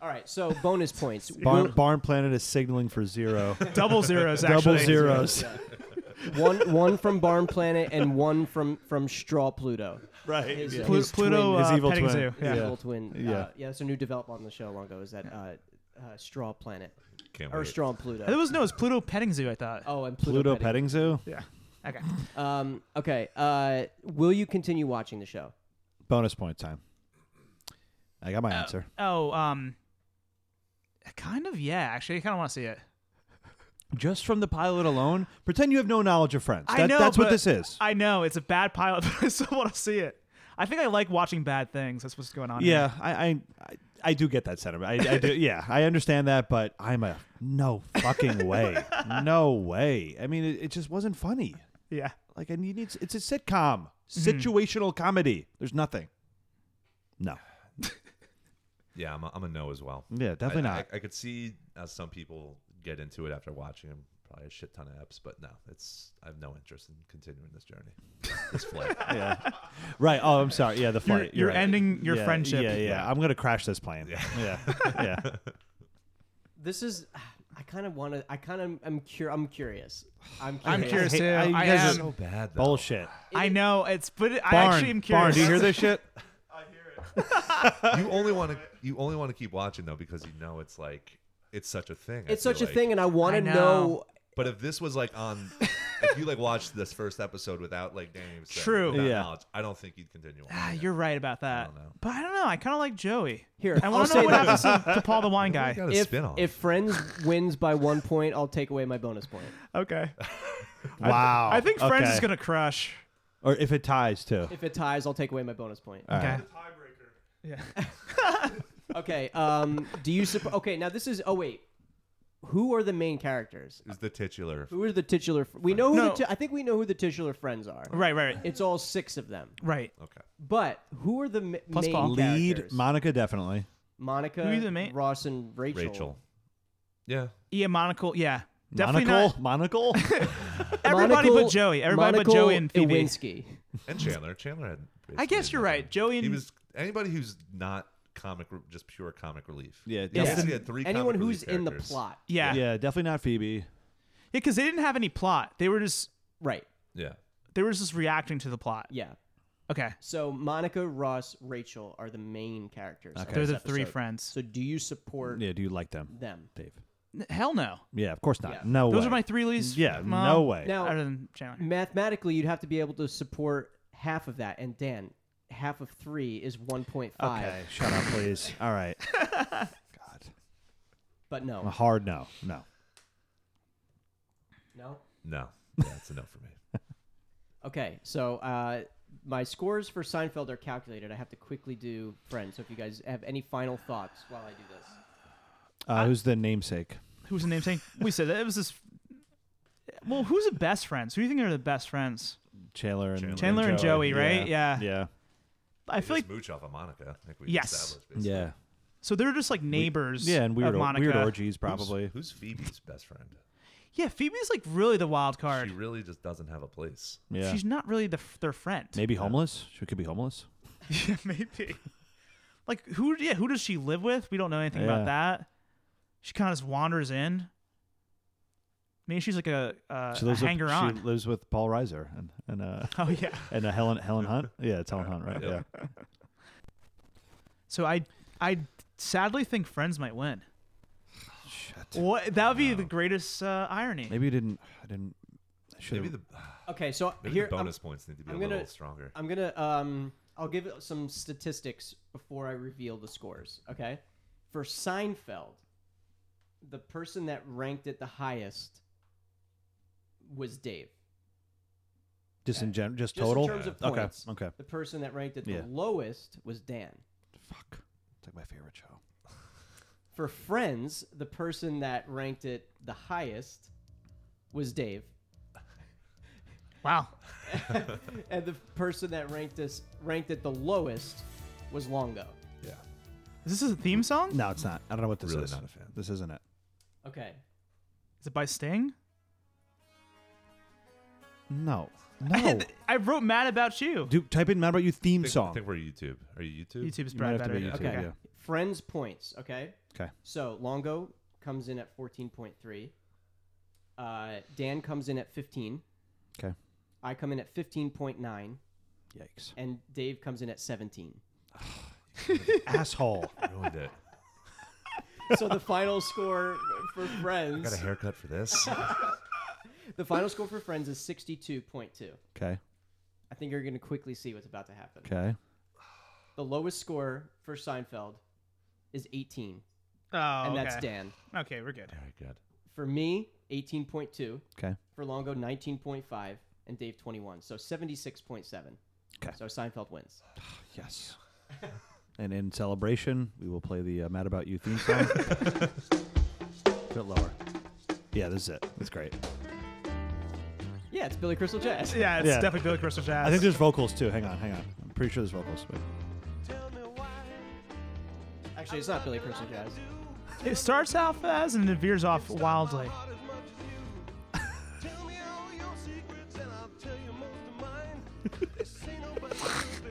All right, so bonus points.
Barn,
Will-
Barn Planet is signaling for zero.
Double zeros. Actually.
Double zeros.
one one from Barn Planet and one from from Straw Pluto.
Right.
His-
yeah.
Plu-
his
Pluto.
twin-
His
uh,
evil
petting
twin.
zoo. Yeah.
Yeah.
evil twin. Yeah,
Yeah.
uh, yeah. That's a new development on the show long ago. Is that uh, uh, Straw Planet
Can't
or
wait.
Straw
It
Pluto?
was no. It's Pluto petting zoo. I thought.
Oh, and Pluto,
Pluto
petting.
petting zoo.
Okay.
Um, okay. Uh, will you continue watching the show?
Bonus point time. I got my answer.
Oh. Um. Kind of. Yeah. Actually, I kind of want to see it.
Just from the pilot alone, pretend you have no knowledge of Friends.
I
That-
know,
that's what
but
this is.
I know it's a bad pilot, but I still want to see it. I think I like watching bad things. That's what's going on.
yeah, I, I I- I do get that sentiment. I, I do. Yeah, I understand that, but I'm a no fucking way, no way. I mean, it, it just wasn't funny.
here. yeah.
Like, and you need it's a sitcom,
Mm-hmm.
situational comedy. There's nothing. No.
Yeah, I'm a, I'm a no as well.
Yeah, definitely
I,
not.
I, I could see uh, some people get into it after watching them, probably a shit ton of eps, but no, it's I have no interest in continuing this journey. this flight.
yeah. Right. Oh, I'm sorry. Yeah,
You're,
the flight.
you're
right.
ending your
Yeah,
friendship.
Yeah, yeah.
Yeah.
I'm gonna crash this plane. Yeah, yeah.
This is. I kind of want to. I kind of. I'm cur. I'm curious. I'm curious.
I'm curious
Hey,
too.
I- you
I,
guys
am.
are-
so bad. Though.
Bullshit.
I know it's, but it- I
Barn,
actually am
Barn,
curious.
do you hear this shit?
You only want to you only want to keep watching though because you know it's like it's such a thing. I
It's
feel
such a
like.
thing, and I want
I
to
know.
know.
But if this was like on, if you like watched this first episode without like Danny, even said,
True.
without
Yeah.
knowledge, I don't think you'd continue.
Ah,
On
you're right about that.
don't know.
but I don't know. I kind of like Joey.
Here,
I
I'll
want to know
say
what
that.
happens to, to Paul the Wine Guy.
got a
If,
spin off.
if Friends wins by one point, I'll take away my bonus point.
Okay.
Wow.
I think Friends
Okay.
is gonna crush.
Or if it ties too.
If it ties, I'll take away my bonus point.
Okay.
Okay. Um. Do you? Supp- okay. Now this is. Oh wait. Who are the main characters?
is the titular?
Who are the titular? Fr- we know who.
No.
The ti- I think we know who the titular friends are.
Right. Right. Right.
It's all six of them.
right.
Okay.
But who are the m-
Plus
main
Paul.
Lead
characters?
Monica definitely.
Monica,
Who's the main-
Ross, and Rachel.
Rachel. Yeah.
Yeah. Monocle. Yeah. Definitely
Monocle. Monocle.
not. Everybody
Monocle-
but Joey. Everybody but
Monocle
Joey and Phoebe.
Iwinski.
And Chandler. Chandler had.
I guess
basically
you're right.
nothing.
Joey and
He was anybody who's not comic, re- just pure comic relief.
Yeah,
He
Dustin-
basically had three.
Anyone
comic relief
who's in the
characters.
plot.
yeah.
yeah, definitely not Phoebe.
Yeah, because they didn't have any plot. They were just
Right.
Yeah.
they were just reacting to the plot.
Yeah.
Okay.
So Monica, Ross, Rachel are the main characters. of
Okay.
They're
this
the three
episode.
friends.
So do you support
Yeah, do you like them,
them?
Dave?
N- Hell no.
Yeah, of course not.
Yeah.
No
Those
way.
are my three least.
Yeah,
Mom,
no way.
Now-
Other than Chandler.
Mathematically, you'd have to be able to support half of that. And Dan, half of three is one point five.
okay, shut up, please. All right. God,
But
I'm a
no,
hard no. No.
no.
No, Yeah, that's enough for me.
Okay, so uh, my scores for Seinfeld are calculated. I have to quickly do Friends. So if you guys have any final thoughts while I do this,
Uh, who's the namesake?
Who's the name saying? We said that. It was this. Well, who's the best friends? Who do you think are the best friends?
Chandler and
Chandler and Joey, right? Yeah.
Yeah. Yeah.
I
I
feel like
mooch off of Monica. I think we
Yes.
established.
Yeah.
Basically.
so. They're just like neighbors.
Yeah, and weird,
of Monica.
weird orgies,
Who's-
probably.
Who's, Phoebe's best friend?
Yeah, Phoebe's like really the wild card.
She really just doesn't have a place.
yeah.
She's not really the, f- their friend.
Maybe homeless. She could be homeless.
yeah, maybe. Like who? Yeah, who does she live with? We don't know anything
Yeah.
about that. She kind of just wanders in. Maybe she's like a, uh,
She
a
lives with,
hanger
she
on.
lives with Paul Reiser and and uh
oh yeah.
and uh, Helen Helen Hunt. Yeah, it's Helen Hunt, right? Yeah.
Yep.
So I, I sadly think Friends might win. What? That would be the greatest uh, irony.
Maybe you didn't. I didn't. I should
Maybe
have.
the,
okay. So
maybe
here
the bonus
I'm,
points need to be
I'm
a
gonna-
little stronger.
I'm gonna um I'll give some statistics before I reveal the scores. Okay, for Seinfeld, the person that ranked it the highest was Dave.
just in gen, just,
Just
total.
in terms of
okay.
points.
Okay.
The person that ranked it the
Yeah.
lowest was Dan.
Fuck. It's like my favorite show.
For Friends, the person that ranked it the highest was Dave.
Wow.
and the person that ranked this ranked it the lowest was Longo.
yeah.
Is this a theme song?
No, it's not. I don't know what this
Really
is.
not a fan.
This isn't it.
Okay.
Is it by Sting?
No. No.
I wrote "Mad About You."
Dude, type in Mad About You theme
I think, I
song.
think we're YouTube. Are you YouTube?
YouTube is
You might
probably
have to
better.
be YouTube,
Okay.
yeah.
Friends points, okay?
Okay.
So Longo comes in at 14.3. Uh, Dan comes in at 15.
Okay.
I come in at 15.9.
Yikes.
And Dave comes in at 17.
Asshole.
Ruined it.
So the final score for
I got a
Friends,
haircut for this.
the final score for Friends is 62.2.
Okay.
I think you're going to quickly see what's about to happen.
Okay.
The lowest score for Seinfeld is 18,
Oh,
and that's
okay.
Dan.
Okay, we're good.
Very good.
For me, 18.2.
Okay.
For Longo, 19.5. And Dave, 21. So 76.7.
Okay.
So Seinfeld wins.
Yes. and in celebration, we will play the uh, Mad About You theme song. A bit lower. Yeah, this is it. That's great.
Yeah, it's Billy Crystal Jazz.
Yeah, it's
Yeah.
definitely Billy Crystal Jazz.
I think there's vocals too. Hang on, hang on. I'm pretty sure there's vocals. But
Actually, it's not Billy Crystal Jazz.
it starts off as and it veers off wildly.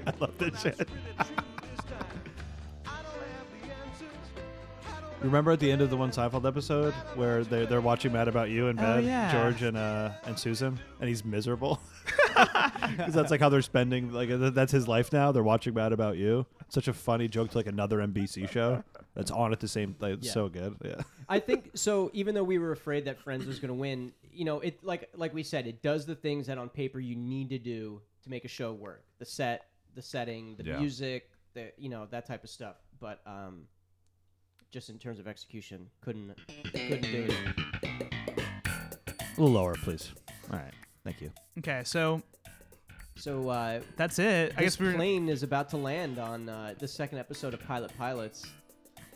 I love that shit. Remember at the end of the one Seinfeld episode where they they're watching Mad About You and
Oh,
Mad
yeah.
George and uh and Susan and he's miserable because that's like how they're spending like th- that's his life now. They're watching Mad About You. Such a funny joke to like another NBC show that's on at the same. Like, it's
Yeah.
So good. Yeah.
I think so. Even though we were afraid that Friends was going to win, you know, it like like we said, it does the things that on paper you need to do to make a show work: the set, the setting, the
Yeah.
music, the you know that type of stuff. But um, just in terms of execution, couldn't couldn't do it.
A little lower, please. All right. Thank you.
Okay, so
So uh,
that's it. I
this
guess we're
plane is about to land on uh, the second episode of Pilot Pilots.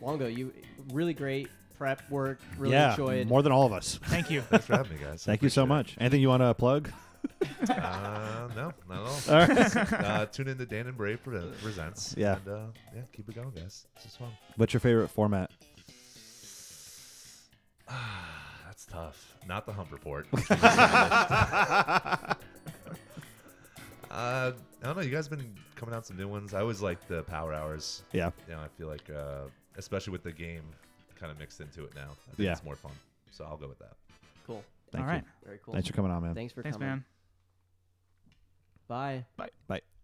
Longo, you really great prep work. Really
yeah.
enjoyed.
More than all of us.
Thank you.
Thanks for having me, guys. I
Thank you so
appreciate
much. Anything you want to plug?
it. Uh, no, not at all.
All right.
uh, tune in to Dan and Brave Pre- Presents.
Yeah.
And, uh, yeah, keep it going, guys. It's just fun.
What's your favorite format?
Ah, That's tough. Not the Hump Report. Uh, I don't know. You guys have been coming out some new ones. I always like the power hours.
Yeah.
You know, I feel like, uh, especially with the game kind of mixed into it now, I think
Yeah.
it's more fun. So I'll go with that.
Cool.
Thank
All
you.
right.
Very cool.
Thanks for coming on, man.
Thanks for
Thanks,
coming.
man.
Bye.
Bye.